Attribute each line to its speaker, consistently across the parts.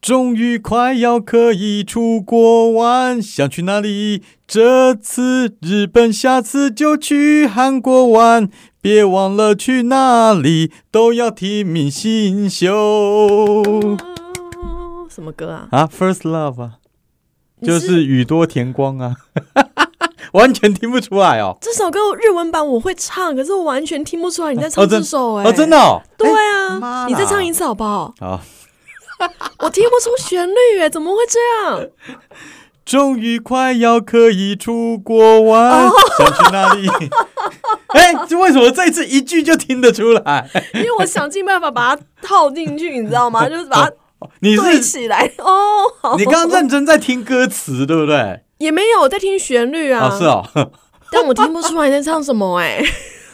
Speaker 1: 终于快要可以出国玩，想去哪里？这次日本，下次就去韩国玩。别忘了去哪里都要听明星秀
Speaker 2: 哦什么歌啊？
Speaker 1: 啊，First Love 啊，
Speaker 2: 你
Speaker 1: 就是宇多田光啊， 完全听不出来哦。
Speaker 2: 这首歌日文版我会唱，可是我完全听不出来你在
Speaker 1: 哦
Speaker 2: 唱
Speaker 1: 真
Speaker 2: 这首哎、
Speaker 1: 哦，真的哦，
Speaker 2: 对
Speaker 1: 哎
Speaker 2: 啊，
Speaker 1: 妈啦
Speaker 2: 你再唱一次好不好？
Speaker 1: 好。
Speaker 2: 我听不出旋律哎、怎么会 这样？
Speaker 1: 终于快要可以出国玩，
Speaker 2: 哦
Speaker 1: 想去哪里？ 哎、这为什么这一次一句就听得出来？
Speaker 2: 因为我想尽办法把它套进去，你知 道吗？就是把它
Speaker 1: 哦你
Speaker 2: 对
Speaker 1: 是
Speaker 2: 起来哦。好
Speaker 1: 你刚刚认真在听歌词，对不对？
Speaker 2: 也没有我在听旋律啊，
Speaker 1: 啊，是哦，
Speaker 2: 但我听不出来你在唱什么哎、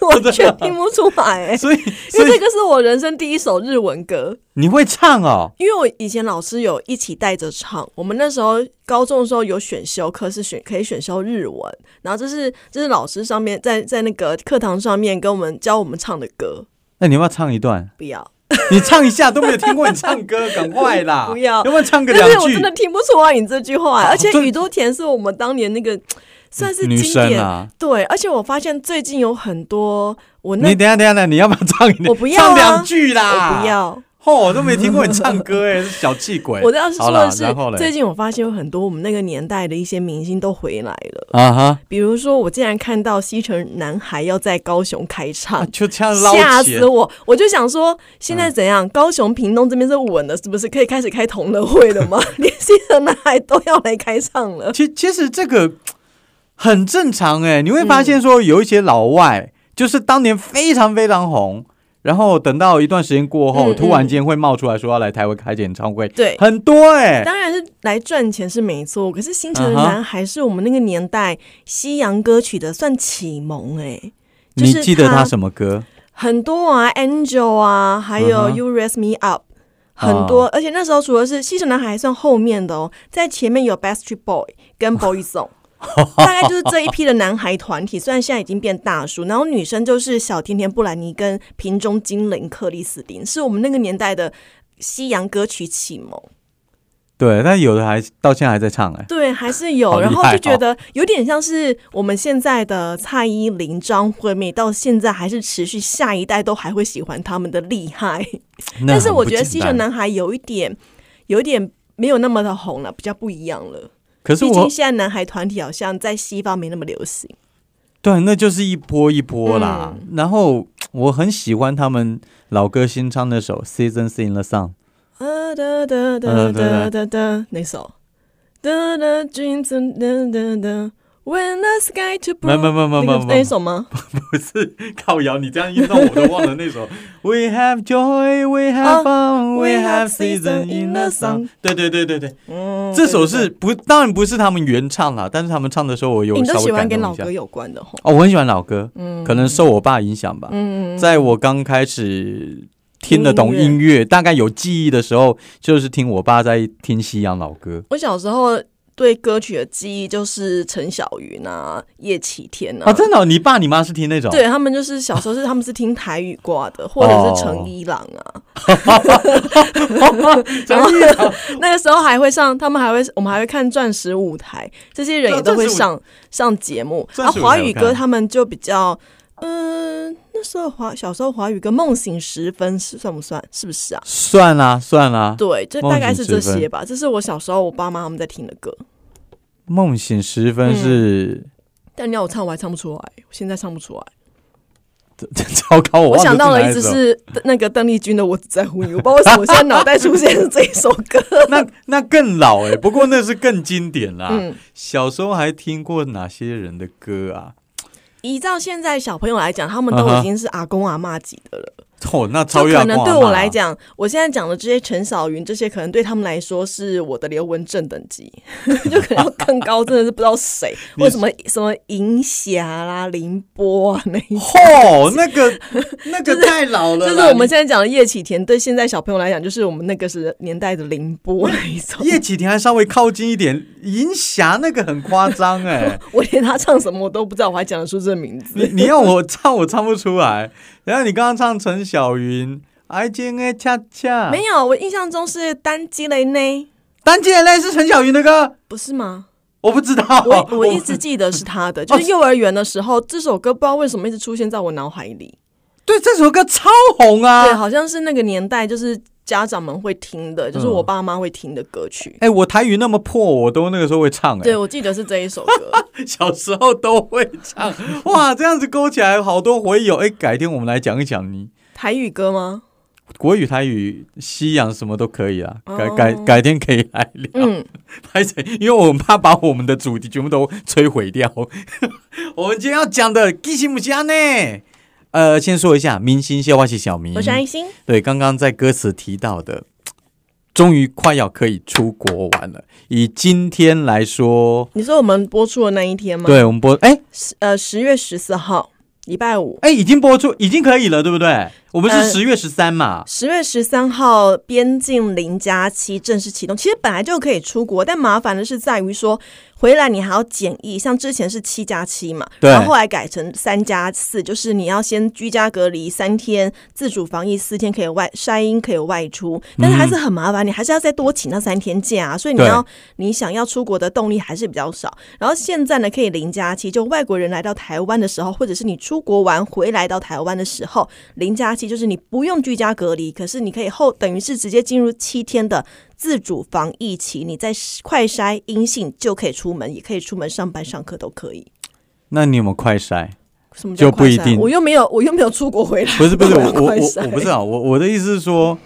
Speaker 2: 完全听不出来 哎、
Speaker 1: 所以
Speaker 2: 因
Speaker 1: 所
Speaker 2: 为这
Speaker 1: 以
Speaker 2: 个是我人生第一首日文歌，
Speaker 1: 你会唱哦，
Speaker 2: 因为我以前老师有一起带着唱，我们那时候高中的时候有选修课是选可以选修日文，然后这是这是老师上面在在那个课堂上面跟我们教我们唱的歌，
Speaker 1: 那你要不要唱一段？
Speaker 2: 不要，
Speaker 1: 你唱一下都没有听过你唱歌，赶快啦！
Speaker 2: 不要
Speaker 1: 要不要唱个
Speaker 2: 但是
Speaker 1: 两
Speaker 2: 我真
Speaker 1: 句
Speaker 2: 的？听不出来你这句话，而且
Speaker 1: 这
Speaker 2: 宇多田是我们当年那个算是
Speaker 1: 女
Speaker 2: 经
Speaker 1: 生
Speaker 2: 典，
Speaker 1: 啊，
Speaker 2: 对，而且我发现最近有很多我那
Speaker 1: 你等一下等一下等一下，你要不要唱一点？
Speaker 2: 我不要啊
Speaker 1: 唱两句啦！
Speaker 2: 我不。要。
Speaker 1: 哦，我都没听过你唱歌哎、是小气鬼。
Speaker 2: 我要是说
Speaker 1: 好啦
Speaker 2: 的是
Speaker 1: 然后，嘞
Speaker 2: 最近我发现有很多我们那个年代的一些明星都回来了，
Speaker 1: 啊哈，
Speaker 2: 比如说我竟然看到西城男孩要在高雄开
Speaker 1: 啊
Speaker 2: 唱。
Speaker 1: 就这样捞
Speaker 2: 吓
Speaker 1: 钱
Speaker 2: 死我！我就想说，现在怎样？高雄、屏东这边是稳了，是不是可以开始开同乐会 了吗？连西城男孩都要来开唱了。
Speaker 1: 其其实这个很正常哎、你会发现说有一些老外、就是当年非常非常红，然后等到一段时间过后，
Speaker 2: 嗯嗯
Speaker 1: 突然间会冒出来说要来台湾开演唱会，
Speaker 2: 对
Speaker 1: 很多 哎、
Speaker 2: 当然是来赚钱是没错，可是新城
Speaker 1: 啊哈
Speaker 2: 男孩是我们那个年代西洋歌曲的算启蒙哎、就是
Speaker 1: 你记得
Speaker 2: 他
Speaker 1: 他什么歌？
Speaker 2: 很多啊，Angel 啊，还有
Speaker 1: 嗯哼啊
Speaker 2: You Raise Me Up，、很多。而且那时候除了是西城男孩还算后面的哦，在前面有 Backstreet Boy 跟 Boyzone，大概就是这一批的男孩团体。虽然现在已经变大叔，然后女生就是小甜甜布兰妮跟瓶中精灵克里斯汀，是我们那个年代的西洋歌曲启蒙。
Speaker 1: 对，但有的还到现在还在唱哎、
Speaker 2: 对，还是有，
Speaker 1: 好厉
Speaker 2: 然
Speaker 1: 害
Speaker 2: 后就觉得有点像是我们现在的蔡依林、张惠妹，到现在还是持续，下一代都还会喜欢他们的厉害。
Speaker 1: 那
Speaker 2: 但是
Speaker 1: 很
Speaker 2: 我
Speaker 1: 不
Speaker 2: 觉得
Speaker 1: 简
Speaker 2: 西
Speaker 1: 单
Speaker 2: 城男孩有一点，有一点没有那么的红了，比较不一样了。
Speaker 1: 可是
Speaker 2: 毕
Speaker 1: 我
Speaker 2: 竟现在男孩团体好像在西方没那么流行。
Speaker 1: 对，那就是一波一波啦。
Speaker 2: 嗯
Speaker 1: 然后我很喜欢他们老歌新唱那首《Seasons in the Sun》。
Speaker 2: 啊哒哒哒
Speaker 1: 嗯对
Speaker 2: 哒哒哒，那首。哒哒，dreams and 哒哒哒，When the sky to blue，
Speaker 1: 没没没没
Speaker 2: 那个
Speaker 1: 没没
Speaker 2: 那一 首吗？
Speaker 1: 不是靠摇，你这样一弄我都忘了那首 We have joy, we have
Speaker 2: 啊
Speaker 1: fun, we
Speaker 2: we
Speaker 1: have
Speaker 2: have
Speaker 1: season
Speaker 2: season
Speaker 1: in
Speaker 2: in
Speaker 1: the
Speaker 2: the
Speaker 1: sun
Speaker 2: sun。
Speaker 1: 对对对对对，
Speaker 2: 嗯，
Speaker 1: 这首是不当然不是他们原唱啦，但是他们唱的时候我有
Speaker 2: 你
Speaker 1: 稍
Speaker 2: 都喜
Speaker 1: 微
Speaker 2: 欢
Speaker 1: 感
Speaker 2: 跟
Speaker 1: 动
Speaker 2: 老
Speaker 1: 一下
Speaker 2: 歌。有关的吼。
Speaker 1: 哦，我很喜欢老歌，可能受我爸影响吧。
Speaker 2: 嗯，
Speaker 1: 在我刚开始听得懂
Speaker 2: 听音
Speaker 1: 音乐，大概有记忆的时候，就是听我爸在听西洋老歌。
Speaker 2: 我小时候对歌曲的记忆就是陈小云啊、叶启田啊，
Speaker 1: 啊，真的哦、你爸你妈是听那种？
Speaker 2: 对他们就是小时候是他们是听台语挂的，或者是
Speaker 1: 哦
Speaker 2: 陈一郎啊，
Speaker 1: 真 的，哦
Speaker 2: 那个时候还会上，他们还会我们还会看钻石舞台，这些
Speaker 1: 啊
Speaker 2: 人也都会上上节目。
Speaker 1: 钻
Speaker 2: 啊，
Speaker 1: 石舞台
Speaker 2: 华语歌他们就比较，嗯、那时候华小时候华语歌梦醒时分是算不算？是不是啊？
Speaker 1: 算啦算啦，
Speaker 2: 对，就大概是这
Speaker 1: 梦醒时
Speaker 2: 些
Speaker 1: 分
Speaker 2: 吧。这是我小时候我爸妈他们在听的歌，
Speaker 1: 梦醒时分
Speaker 2: 嗯
Speaker 1: 是、
Speaker 2: 但你要我唱我还唱不出来，我现在唱不出来。
Speaker 1: 糟糕，我
Speaker 2: 我
Speaker 1: 忘了
Speaker 2: 想到
Speaker 1: 是
Speaker 2: 了
Speaker 1: 哪
Speaker 2: 一直
Speaker 1: 首
Speaker 2: 是那个邓丽君的《我只在乎你》，我不知道为什么我现在脑袋出现是这一首 歌。
Speaker 1: 那那更老哎、不过那是更经典啦。
Speaker 2: 嗯
Speaker 1: 小时候还听过哪些人的歌啊？
Speaker 2: 依照现在小朋友来讲，他们都
Speaker 1: 嗯哼
Speaker 2: 已经是阿公阿嬷级的了。
Speaker 1: 哦，那
Speaker 2: 就
Speaker 1: 超越
Speaker 2: 可能
Speaker 1: 阿公
Speaker 2: 对
Speaker 1: 阿
Speaker 2: 我
Speaker 1: 嬷
Speaker 2: 来
Speaker 1: 啊，
Speaker 2: 讲，我现在讲的这些陈小云这些，可能对他们来说是我的刘文正等级， 就可能要更高，真的是不知道谁。
Speaker 1: 你
Speaker 2: 为什么什么银霞啦、凌波啊那一种。
Speaker 1: 嚯、那个那个太老了
Speaker 2: 就
Speaker 1: 啦，
Speaker 2: 是我们现在讲的叶启田，对现在小朋友来讲，就是我们那个是年代的凌波那一种。
Speaker 1: 你。叶启田还稍微靠近一点，银霞那个很夸张哎
Speaker 2: 我连他唱什么我都不知道，我还讲得出这名字。
Speaker 1: 你你要我唱我唱不出来，然后你刚刚唱陈小云，爱情的恰恰，
Speaker 2: 没有，我印象中是单机雷呢，
Speaker 1: 单机的泪是陈小云的歌，
Speaker 2: 不是吗？
Speaker 1: 我不知道，
Speaker 2: 我我一直记得是他
Speaker 1: 哦
Speaker 2: 的，就是幼儿园的时候，这首歌不知道为什么一直出现在我脑海里。
Speaker 1: 对这首歌超红
Speaker 2: 对，
Speaker 1: 啊！
Speaker 2: 好像是那个年代，就是家长们会听
Speaker 1: 嗯
Speaker 2: 的，就是我爸妈会听的歌曲。
Speaker 1: 哎、我台语那么破，我都那个时候会唱、
Speaker 2: 对，我记得是这一首 歌。
Speaker 1: 哎， 小时候都会 唱，哇，这样子勾起来好多回忆哦。哎，改天我们来讲一讲你
Speaker 2: 台语歌吗？
Speaker 1: 国语、台语、西洋什么都可以啊，改
Speaker 2: 哦
Speaker 1: 改改天可以来 聊。
Speaker 2: 嗯，
Speaker 1: 拍谁？因为我们怕把我们的主题全部都摧毁掉。 我们今天要讲的《基西姆家》呢，呃，先说一下，明星笑话是小明，
Speaker 2: 我是爱心。
Speaker 1: 对，刚刚在歌词提到的，终于快要可以出国玩了。以今天来说，
Speaker 2: 你说我们播出的那一天吗？，
Speaker 1: 对我们播，哎
Speaker 2: 呃，十月十四号，礼拜五。
Speaker 1: 哎，已经播出，已经可以了，对不对？我们是
Speaker 2: 呃
Speaker 1: 十月十三嘛，
Speaker 2: 十月十三号，边境零加七正式启动。其实本来就可以出国，但麻烦的是在于说，回来你还要检疫。像之前是七加七嘛，
Speaker 1: 对
Speaker 2: 然后后来改成三加四，就是你要先居家隔离三天，自主防疫四天可以外筛阴可以外出，但是还是很麻烦，你还是要再多请那三天假、啊，所以你
Speaker 1: 对
Speaker 2: 要你想要出国的动力还是比较少。然后现在呢，可以零加七，就外国人来到台湾的时候，或者是你出国玩回来到台湾的时候，零加七就是你不用居家隔离，可是你可以后等于是直接进入七天的自主防疫期，你在快筛阴性就可以出门，也可以出门上班上课都可以。
Speaker 1: 那你有没有快 筛？
Speaker 2: 什么叫
Speaker 1: 就不一
Speaker 2: 快筛
Speaker 1: 定
Speaker 2: 我又没有，我又没有出国回来。
Speaker 1: 不是不是，我
Speaker 2: 我
Speaker 1: 我
Speaker 2: 快
Speaker 1: 我
Speaker 2: 筛
Speaker 1: 我不是啊，我我的意思是说，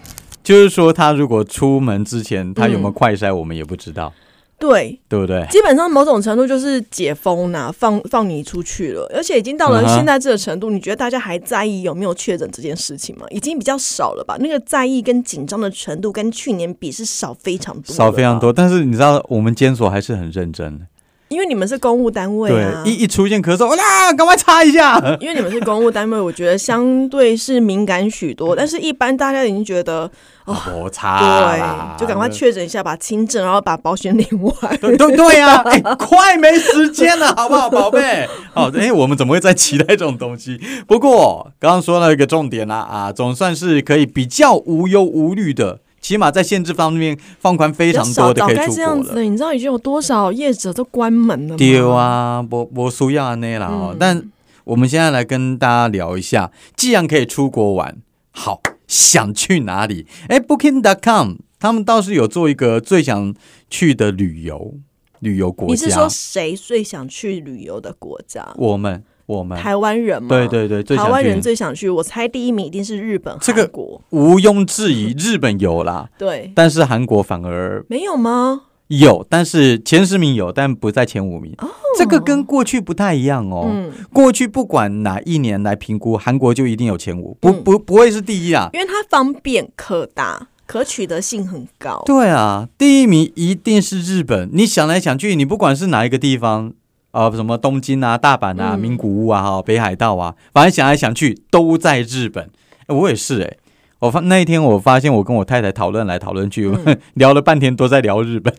Speaker 1: 就是说他如果出门之
Speaker 2: 嗯
Speaker 1: 前他有没有快筛，我们也不知道，
Speaker 2: 对，
Speaker 1: 对不对？
Speaker 2: 基本上某种程度就是解封啦、放放你出去了，而且已经到
Speaker 1: 嗯
Speaker 2: 了
Speaker 1: 哼
Speaker 2: 现在这个程度，你觉得大家还在意有没有确诊这件事情吗？已经比较少了吧？那个在意跟紧张的程度跟去年比是少非常多，
Speaker 1: 少非常，多，但是你知道我们监所还是很认真，
Speaker 2: 因为你们是公务单位啊。
Speaker 1: 一一出现咳嗽，哇啦，赶快擦一下。
Speaker 2: 因为你们是公务单位，我觉得相对是敏感许多，但是一般大家已经觉得，
Speaker 1: 摩
Speaker 2: 哦对，
Speaker 1: 擦啊啦，
Speaker 2: 就赶快确诊一下，把轻症，然后把保险领完。
Speaker 1: 对对对 呀、哎、快没时间了，好不好，宝贝？好，哎、我们怎么会在期待这种东西？不过刚刚说到一个重点啦、啊，总算是可以比较无忧无虑的，起码在限制方面放宽非
Speaker 2: 比较
Speaker 1: 常多
Speaker 2: 少，
Speaker 1: 的
Speaker 2: 早
Speaker 1: 可以
Speaker 2: 该
Speaker 1: 出
Speaker 2: 这样
Speaker 1: 国
Speaker 2: 子
Speaker 1: 了。
Speaker 2: 的，你知道已经有多少业者都关门了吗？
Speaker 1: 丢啊，我我输要那啦、哦
Speaker 2: 嗯
Speaker 1: 但我们现在来跟大家聊一下，既然可以出国玩，好想去哪里？哎，Booking.com 他们倒是有做一个最想去的旅游旅游国
Speaker 2: 你
Speaker 1: 家。
Speaker 2: 是说谁最想去旅游的国家？
Speaker 1: 我们我们
Speaker 2: 台湾人
Speaker 1: 嗯
Speaker 2: 吗？
Speaker 1: 对对对，最想
Speaker 2: 台湾
Speaker 1: 去
Speaker 2: 人最想去。我猜第一名一定是日本、
Speaker 1: 这个
Speaker 2: 韩国。
Speaker 1: 毋庸置疑，日本有啦，
Speaker 2: 对，
Speaker 1: 但是韩国反而
Speaker 2: 没有吗？
Speaker 1: 有，但是前十名有，但不在前五名。这个跟过去不太一样哦。
Speaker 2: 哦嗯，
Speaker 1: 过去不管哪一年来评估，韩国就一定有前五，不
Speaker 2: 嗯
Speaker 1: 不不会是第一啊。
Speaker 2: 因为它方便、可达、可取得性很高。
Speaker 1: 对啊，第一名一定是日本。你想来想去，你不管是哪一个地方，呃，什么东京啊、大阪啊、
Speaker 2: 嗯
Speaker 1: 名古屋啊、哈北海道啊，反正想来想去都在日本。诶我也是诶，我发那一天我发现我跟我太太讨论来讨论去，
Speaker 2: 嗯
Speaker 1: 聊了半天都在聊日本。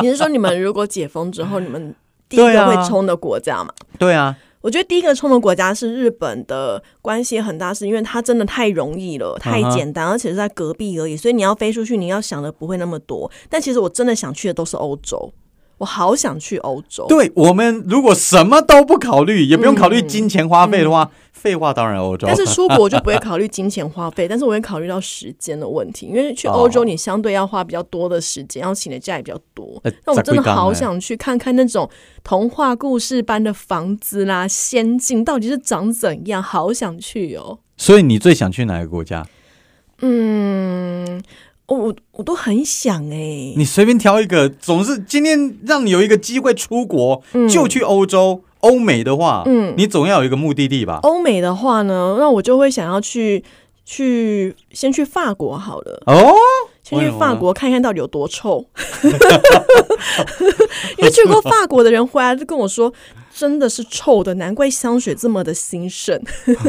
Speaker 2: 你是说你们如果解封之后，你们第一
Speaker 1: 啊对
Speaker 2: 个
Speaker 1: 啊
Speaker 2: 会冲的国家吗？
Speaker 1: 对啊，
Speaker 2: 我觉得第一个冲的国家是日本的，关系很大，是因为它真的太容易了，
Speaker 1: 嗯
Speaker 2: 太简单，而且是在隔壁而已，所以你要飞出去，你要想的不会那么多。但其实我真的想去的都是欧洲，我好想去欧洲。
Speaker 1: 对我们如果什么都不考虑，也不用考虑金钱花费的话，废话当然欧哦洲
Speaker 2: 嗯但。是出国我就不会考虑金钱花费，但是我会考虑到时间的问题，因为去
Speaker 1: 哦
Speaker 2: 欧洲你相对要花比较多的时间，要请的假也比较多
Speaker 1: 呃。
Speaker 2: 那我真
Speaker 1: 十几
Speaker 2: 的
Speaker 1: 天
Speaker 2: 好
Speaker 1: 欸
Speaker 2: 想去看看那种童话故事般的房子啦、仙境到底是长怎样，好想去哦。
Speaker 1: 所以你最想去哪个国家？
Speaker 2: 嗯，我我我都很想哎、
Speaker 1: 你随便挑一个，总是今天让你有一个机会出国，就去欧洲、欧美的话，
Speaker 2: 嗯哦
Speaker 1: 你总要有一个目的地吧？
Speaker 2: 欧美的话呢，那我就会想要去去先去法国好了。
Speaker 1: 哦，
Speaker 2: 先去
Speaker 1: 为什么
Speaker 2: 法
Speaker 1: 呢
Speaker 2: 国看看到底有多臭， 因为去过法国的人回来就跟我说，真的是臭的，难怪香水这么的兴盛。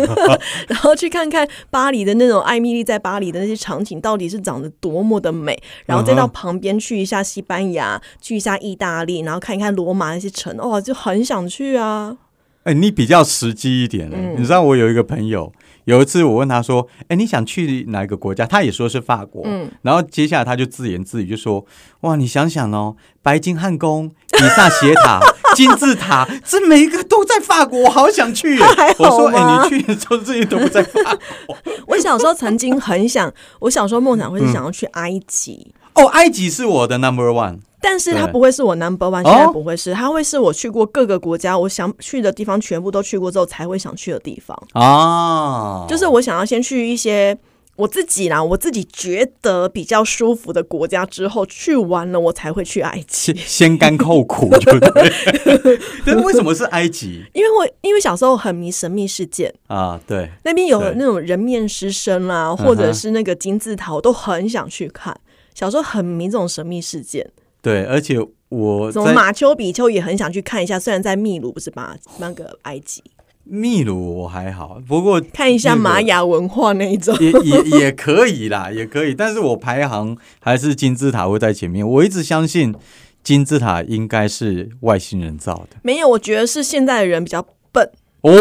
Speaker 2: 然后去看看巴黎的那种艾米丽在巴黎的那些场景到底是长得多么的美，然后再到
Speaker 1: 嗯哼
Speaker 2: 旁边去一下西班牙，去一下意大利，然后看一看罗马那些城，哦哇，就很想去啊。嗯
Speaker 1: 哎、你比较实际一点、你知道我有一个朋友，有一次我问他说：“哎，你想去哪一个国家？”他也说是法国。
Speaker 2: 嗯
Speaker 1: 然后接下来他就自言自语就说：“哇，你想想哦，白金汉宫、比萨斜 塔、金字塔，这每一个都在法国，我好想去耶。
Speaker 2: 他还”
Speaker 1: 我
Speaker 2: 好
Speaker 1: 说：“哎，
Speaker 2: 吗
Speaker 1: 你去的时候这些都不在法 国
Speaker 2: 我小时候曾经很想，我小时候梦想会是想要去埃及，
Speaker 1: 哦，埃及是我的 number one。
Speaker 2: 但是它
Speaker 1: 对
Speaker 2: 不会是我 number one，
Speaker 1: 哦
Speaker 2: 现在不会是，它会是我去过各个国家，我想去的地方全部都去过之后才会想去的地方。
Speaker 1: 哦，
Speaker 2: 就是我想要先去一些我自己啦，我自己觉得比较舒服的国家之后去完了，我才会去埃及
Speaker 1: 先。先甘后苦，对不对？ 但是为什么是埃及
Speaker 2: 因为我因为小时候很迷神秘事件，
Speaker 1: 啊？对，
Speaker 2: 那边有
Speaker 1: 对嗯
Speaker 2: 那种人面狮身啦，
Speaker 1: 哼
Speaker 2: 或者是那个金字塔，我都很想去看。小时候很迷这种神秘事件，
Speaker 1: 对，而且我
Speaker 2: 什么
Speaker 1: 在
Speaker 2: 马丘比丘也很想去看一下，虽然在秘鲁不是马那个埃及，
Speaker 1: 秘鲁我还好，不过
Speaker 2: 看一下
Speaker 1: 那个
Speaker 2: 玛雅文化那一种。
Speaker 1: 也也也可以啦， 也可以。但是我排行还是金字塔会在前面。我一直相信金字塔应该是外星人造的
Speaker 2: 没有，我觉得是现在的人比较笨，
Speaker 1: 哦，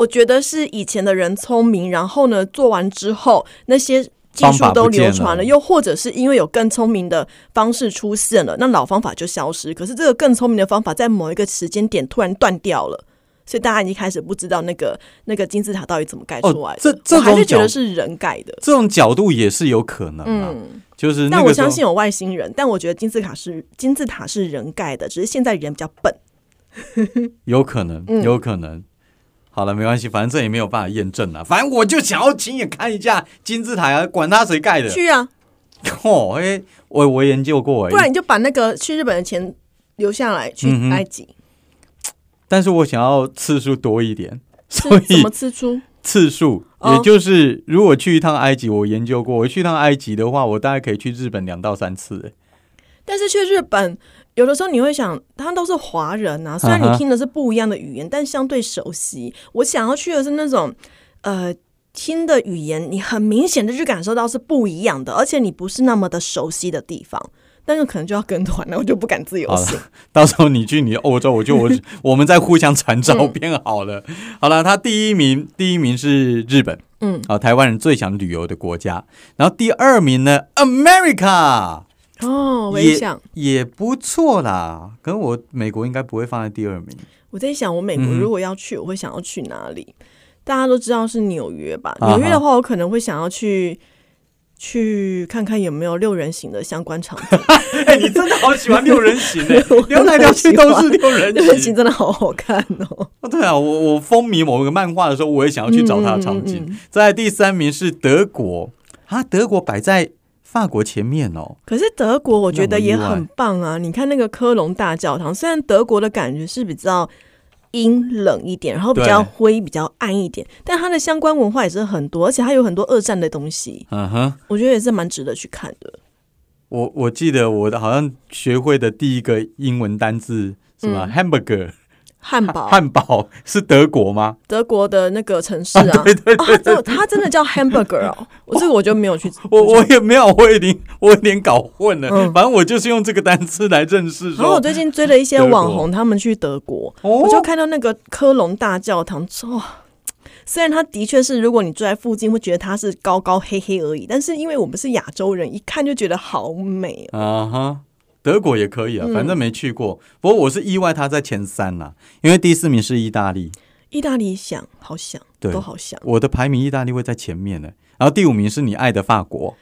Speaker 2: 我觉得是以前的人聪明，然后呢，做完之后那些技
Speaker 1: 方
Speaker 2: 术
Speaker 1: 法
Speaker 2: 都
Speaker 1: 不见
Speaker 2: 流
Speaker 1: 了
Speaker 2: 传了，又或者是因为有更聪明的方式出现了，那老方法就消失。可是这个更聪明的方法在某一个时间点突然断掉了。所以大家已经开始不知道那个那个金字塔到底怎么盖出
Speaker 1: 哦
Speaker 2: 来的，
Speaker 1: 这这
Speaker 2: 我还
Speaker 1: 种
Speaker 2: 是觉
Speaker 1: 角
Speaker 2: 得是人盖的。
Speaker 1: 这种角度也是有可能啊。
Speaker 2: 嗯，
Speaker 1: 就是那
Speaker 2: 但
Speaker 1: 个
Speaker 2: 我
Speaker 1: 时候
Speaker 2: 相信有外星人，但我觉得金字塔是金字塔是人盖的，只是现在人比较笨。
Speaker 1: 有可能，
Speaker 2: 嗯
Speaker 1: 有可能。好了，没关系，反正这也没有办法验证啊了。反正我就想要亲眼看一下金字塔啊，管它谁盖的。
Speaker 2: 去啊，
Speaker 1: 哦，哎、我我研究过
Speaker 2: 不
Speaker 1: 哎、
Speaker 2: 然你就把那个去日本的钱留下来去
Speaker 1: 嗯哼
Speaker 2: 埃及，
Speaker 1: 但是我想要次数多一点，
Speaker 2: 吃
Speaker 1: 所
Speaker 2: 怎
Speaker 1: 以
Speaker 2: 么吃出？
Speaker 1: 次数，
Speaker 2: 哦
Speaker 1: 也就是如果去一趟埃及，我研究过，我去一趟埃及的话，我大概可以去日本两到三次、哎
Speaker 2: 但是去日本，有的时候你会想，他们都是华人啊，虽然
Speaker 1: 嗯哼
Speaker 2: 你听的是不一样的语言，但相对熟悉。我想要去的是那种，呃。听的语言，你很明显的就感受到是不一样的，而且你不是那么的熟悉的地方，但是可能就要跟团了，我就不敢自由
Speaker 1: 好
Speaker 2: 行。
Speaker 1: 了， 到时候你去你的欧洲，我 就我我们再互相传照片好了。好了，他第一名，第一名是日本，
Speaker 2: 嗯，
Speaker 1: 啊，台湾人最想旅游的国家。然后第二名呢，America
Speaker 2: 哦，我也
Speaker 1: 也
Speaker 2: 想，
Speaker 1: 也不错啦，跟我美国应该不会放在第二 名。
Speaker 2: 我在想，我美
Speaker 1: 嗯
Speaker 2: 国
Speaker 1: 哼
Speaker 2: 如果要去，我会想要去哪里？大家都知道是纽约吧？
Speaker 1: 啊哈
Speaker 2: 纽约的话，我可能会想要去去看看有没有六人行的相关 场景。
Speaker 1: 哎、你真的好喜欢六人行 哎、
Speaker 2: 我
Speaker 1: 聊来聊去都是六人
Speaker 2: 啊六人行
Speaker 1: 行。
Speaker 2: 真的好好看哦！
Speaker 1: 哦对啊，我我风靡某个漫画的时候，我也想要去找他的场景。
Speaker 2: 嗯嗯嗯嗯
Speaker 1: 再来第三名是德国，啊，德国摆在法国前面哦。
Speaker 2: 可是德国我觉得也
Speaker 1: 那我意
Speaker 2: 很
Speaker 1: 外
Speaker 2: 棒啊！你看那个科隆大教堂，虽然德国的感觉是比较阴冷一点，然后比
Speaker 1: 对
Speaker 2: 较灰、比较暗一点，但它的相关文化也是很多，而且它有很多二战的东西，
Speaker 1: 嗯哼，
Speaker 2: 我觉得也是蛮值得去看的。
Speaker 1: 我我记得我的好像学会的第一个英文单字什么、hamburger
Speaker 2: 汉嗯堡，
Speaker 1: 汉堡是德国吗？
Speaker 2: 德国的那个城市啊，
Speaker 1: 对对
Speaker 2: 哦，它真的它真的叫 hamburger 哦，我这个我就没有去，
Speaker 1: 我我也没有，我已经我有点搞混了。
Speaker 2: 嗯哦
Speaker 1: 反正我就是用这个单词来认识
Speaker 2: 然后
Speaker 1: 说
Speaker 2: 我，最近追了一些
Speaker 1: 德国
Speaker 2: 网红，他们去德国，我就
Speaker 1: 哦，
Speaker 2: 看到那个科隆大教堂，哇！虽然它的确是，如果你住在附近，会觉得它是高高黑黑而已，但是因为我们是亚洲人，一看就觉得好美哦。
Speaker 1: 啊哈，德国也可以
Speaker 2: 嗯
Speaker 1: 啊，反正没去过。不过我是意外他在前三啦、因为第四名是意大利，
Speaker 2: 意大利想，好想，
Speaker 1: 对
Speaker 2: 都好想，
Speaker 1: 我的排名意大利会在前面呢、然后第五名是你爱的法国，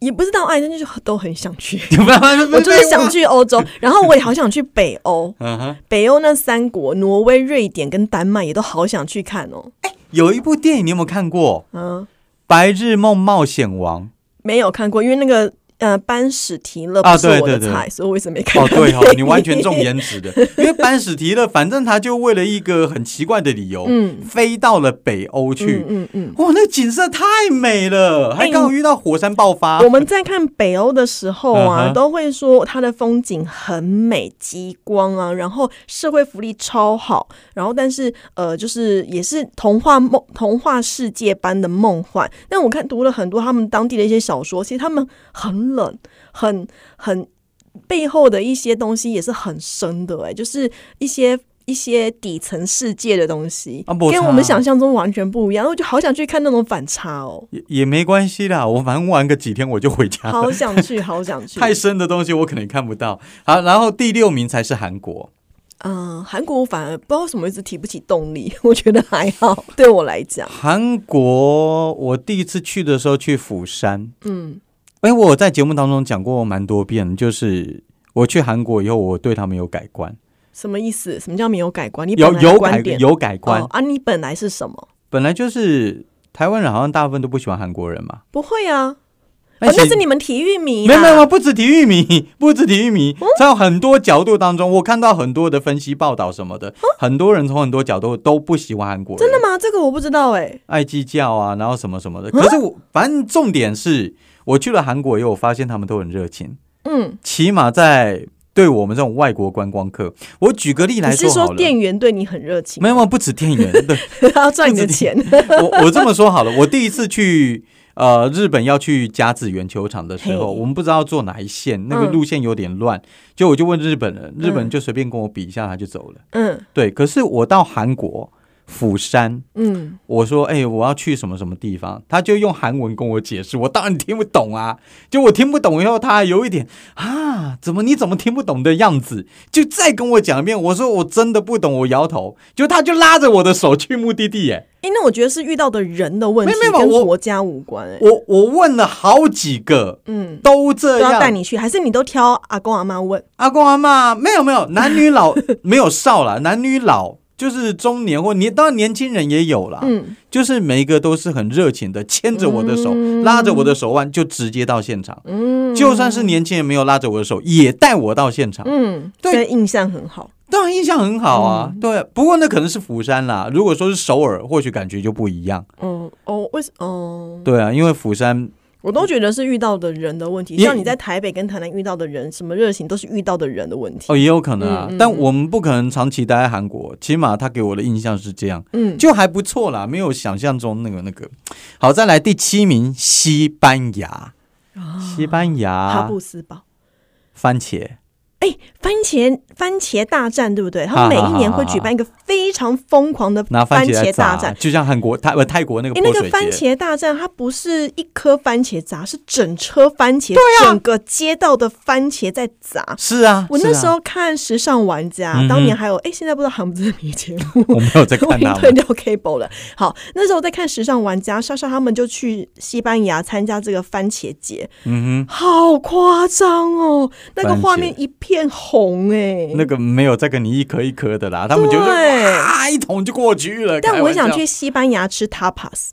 Speaker 2: 也不知道爱，但就是都很想 去。
Speaker 1: 我
Speaker 2: 我就是想，去欧洲，然后我也好想去北欧，
Speaker 1: 嗯哼，
Speaker 2: 北欧那三国，挪威、瑞典跟丹麦也都好想去看哦。
Speaker 1: 有一部电影你有没有看过《
Speaker 2: 嗯，
Speaker 1: 白日梦冒险王
Speaker 2: 没有看过，因为那个呃班史提勒
Speaker 1: 啊
Speaker 2: 不是我
Speaker 1: 对
Speaker 2: 的
Speaker 1: 对
Speaker 2: 菜，
Speaker 1: 对
Speaker 2: 所以我一直没》？看
Speaker 1: 哦，
Speaker 2: 过。嗯
Speaker 1: 对 哦，你完全中颜值的，因为班史提勒，反正他就为了一个很奇怪的理由，
Speaker 2: 嗯
Speaker 1: 飞到了北欧去
Speaker 2: 嗯。哎嗯嗯。
Speaker 1: 哇，那景色太美了，还刚好遇到火山爆发。
Speaker 2: 我们在看北欧的时候
Speaker 1: 啊嗯
Speaker 2: 啊，
Speaker 1: 哼
Speaker 2: 都会说它的风景很美，极光啊，然后社会福利超好，然后但是呃，就是也是童话梦、童话世界般的梦幻。但我看读了很多他们当地的一些小说，其实他们很冷，很很背后的一些东西也是很深的、欸，哎，就是一些一些底层世界的东西，
Speaker 1: 啊没
Speaker 2: 跟
Speaker 1: 差
Speaker 2: 我们想象中完全不一样。我就好想去看那种反差 哦，
Speaker 1: 也也没关系啦，我反正玩个几天我就回家了。
Speaker 2: 好想去，好想去。
Speaker 1: 太深的东西我可能看不到。好，然后第六名才是韩国，
Speaker 2: 嗯，韩国我反而不知道为什么一直提不起动力，我觉得还好，对我来讲，
Speaker 1: 韩国我第一次去的时候去釜山，
Speaker 2: 嗯，
Speaker 1: 哎，我有在节目当中讲过蛮多遍，就是我去韩国以后，我对他们有改观，
Speaker 2: 什么意思？什么叫没有改观？你
Speaker 1: 有
Speaker 2: 本来的
Speaker 1: 有改
Speaker 2: 观点
Speaker 1: 有改观、
Speaker 2: 哦、啊？你本来是什么？
Speaker 1: 本来就是台湾人好像大部分都不喜欢韩国人嘛，
Speaker 2: 不会啊，
Speaker 1: 但
Speaker 2: 哦那是
Speaker 1: 你。
Speaker 2: 你们体育迷啊
Speaker 1: 没
Speaker 2: 啦，哦
Speaker 1: 有没有，不止体育 迷，不止体育迷，在很多角度当中，我看到很多的分析报道什么的，很多人从很多角度都不喜欢韩国人，
Speaker 2: 哦真的吗？这个我不知道哎、
Speaker 1: 爱计较啊，然后什么什么的。可是我反正重点是我去了韩国以后，我发现他们都很热情，
Speaker 2: 嗯，
Speaker 1: 起码在对我们这种外国观光客，我举个例
Speaker 2: 你
Speaker 1: 来
Speaker 2: 是
Speaker 1: 好
Speaker 2: 说
Speaker 1: 了，
Speaker 2: 店员对你很热情
Speaker 1: 没，有没有，不止店员，对
Speaker 2: 他要赚你的钱？
Speaker 1: 我我这么说好了，我第一次去。呃，日本要去甲子园球场的时候，
Speaker 2: 嘿
Speaker 1: 我们不知道坐哪一线，那个
Speaker 2: 嗯
Speaker 1: 路线有点乱，就我就问日本人，日本人
Speaker 2: 嗯
Speaker 1: 就随便跟我比一下，他就走了。
Speaker 2: 嗯
Speaker 1: 对，可是我到韩国釜山，
Speaker 2: 嗯，
Speaker 1: 我说：“哎、我要去什么什么地方？”他就用韩文跟我解释，我当然听不懂啊。就我听不懂以后，他还有一点啊，怎么你怎么听不懂的样子？就再跟我讲一遍。我说我真的不懂，我摇头。就他就拉着我的手去目的地。哎，
Speaker 2: 哎、那我觉得是遇到的人的问题，
Speaker 1: 没有没有
Speaker 2: 跟
Speaker 1: 我
Speaker 2: 国家无关哎、
Speaker 1: 我我问了好几个，
Speaker 2: 嗯，
Speaker 1: 都
Speaker 2: 都
Speaker 1: 这
Speaker 2: 要带
Speaker 1: 样。
Speaker 2: 你去，还是你都挑阿公阿妈问？
Speaker 1: 阿公阿妈没有没有，男女老没有少啦，男女老就是中年或年，当然年轻人也有啦。
Speaker 2: 嗯，
Speaker 1: 就是每一个都是很热情的，牵着我的手，
Speaker 2: 嗯
Speaker 1: 拉着我的手腕，就直接到现场。
Speaker 2: 嗯
Speaker 1: 就算是年轻人没有拉着我的手，也带我到现场，
Speaker 2: 嗯，
Speaker 1: 对
Speaker 2: 所以印象很好。
Speaker 1: 当然印象很好啊。
Speaker 2: 嗯
Speaker 1: 对，不过那可能是釜山啦，如果说是首尔，或许感觉就不一样。
Speaker 2: 嗯哦，为什哦？
Speaker 1: 对啊，因为釜山
Speaker 2: 我都觉得是遇到的人的问题，
Speaker 1: 也
Speaker 2: 像你在台北跟台南遇到的人，什么热情都是遇到的人的问题。
Speaker 1: 哦也有可能啊，
Speaker 2: 嗯嗯
Speaker 1: 但我们不可能长期待在韩国，起码他给我的印象是这样，
Speaker 2: 嗯，
Speaker 1: 就还不错啦，没有想象中那个那个。好，再来第七名，西班牙，西班
Speaker 2: 哈
Speaker 1: 牙
Speaker 2: 布斯堡。
Speaker 1: 番茄，
Speaker 2: 哎、番茄番茄大战对不对？
Speaker 1: 哈哈
Speaker 2: 他
Speaker 1: 哈
Speaker 2: 们每一年会举办一个非常疯狂的
Speaker 1: 拿番
Speaker 2: 哦番
Speaker 1: 茄来
Speaker 2: 茄
Speaker 1: 炸
Speaker 2: 大战。
Speaker 1: 就像韩国泰呃泰国那个
Speaker 2: 哎、
Speaker 1: 泼
Speaker 2: 那个
Speaker 1: 水
Speaker 2: 番
Speaker 1: 节。
Speaker 2: 茄大战，它不是一颗番茄砸，是整车番茄，
Speaker 1: 啊
Speaker 2: 整个街道的番茄在砸。
Speaker 1: 是啊，
Speaker 2: 我
Speaker 1: 是
Speaker 2: 那
Speaker 1: 啊
Speaker 2: 时候看《时尚玩家》
Speaker 1: 嗯哼
Speaker 2: 当年还有哎、现在不知道韩不知名节目，
Speaker 1: 我没有在
Speaker 2: 我
Speaker 1: 看
Speaker 2: 已经
Speaker 1: 他
Speaker 2: 退
Speaker 1: 们，
Speaker 2: 掉 cable 了。好，那时候我在看《时尚玩家》，莎莎他们就去西班牙参加这个番茄节，
Speaker 1: 嗯
Speaker 2: 好夸张哦！那个
Speaker 1: 番茄
Speaker 2: 画面一片红哎、
Speaker 1: 哼，那个没有再跟你一颗一颗的啦，他们就是
Speaker 2: 对
Speaker 1: 哇一桶就过去了。
Speaker 2: 但
Speaker 1: 开
Speaker 2: 我
Speaker 1: 玩
Speaker 2: 想
Speaker 1: 笑
Speaker 2: 去西班牙吃 tapas，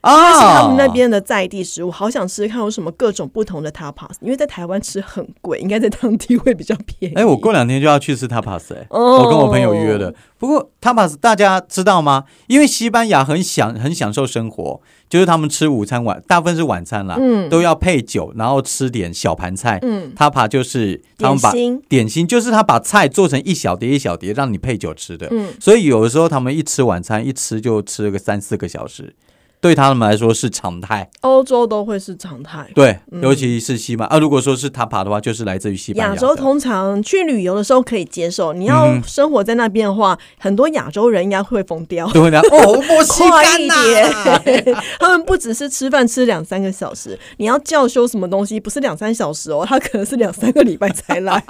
Speaker 1: 啊，
Speaker 2: 是他们那边的在地食物，好想吃看有什么各种不同的 tapas，因为在台湾吃很贵，应该在当地会比较便宜。
Speaker 1: 哎，我过两天就要去吃 tapas 哎、
Speaker 2: 哦
Speaker 1: 我跟我朋友约了。不过 tapas 大家知道吗？因为西班牙很享很享受生活，就是他们吃午餐晚，大部分是晚餐啦，
Speaker 2: 嗯
Speaker 1: 都要配酒，然后吃点小盘菜。
Speaker 2: 嗯
Speaker 1: tapa 就是他们把
Speaker 2: 点心
Speaker 1: 点心就是他把菜做成一小碟一小碟，让你配酒吃的。
Speaker 2: 嗯，
Speaker 1: 所以有的时候他们一吃晚餐，一吃就吃个三四个小时，对他们来说是常态。
Speaker 2: 欧洲都会是常态。
Speaker 1: 对，尤其是西班牙、啊，如果说是 tapa 的话，就是来自于西班牙
Speaker 2: 亚
Speaker 1: 的。
Speaker 2: 洲通常去旅游的时候可以接受，你要
Speaker 1: 嗯
Speaker 2: 生活在那边的话，很多亚洲人应该会疯掉。
Speaker 1: 对的哦，墨西
Speaker 2: 快
Speaker 1: 干
Speaker 2: 一
Speaker 1: 呐、
Speaker 2: 点！ 他们不只是吃饭吃两三个小时，你要教修什么东西，不是两三小时哦，他可能是两三个礼拜才 来，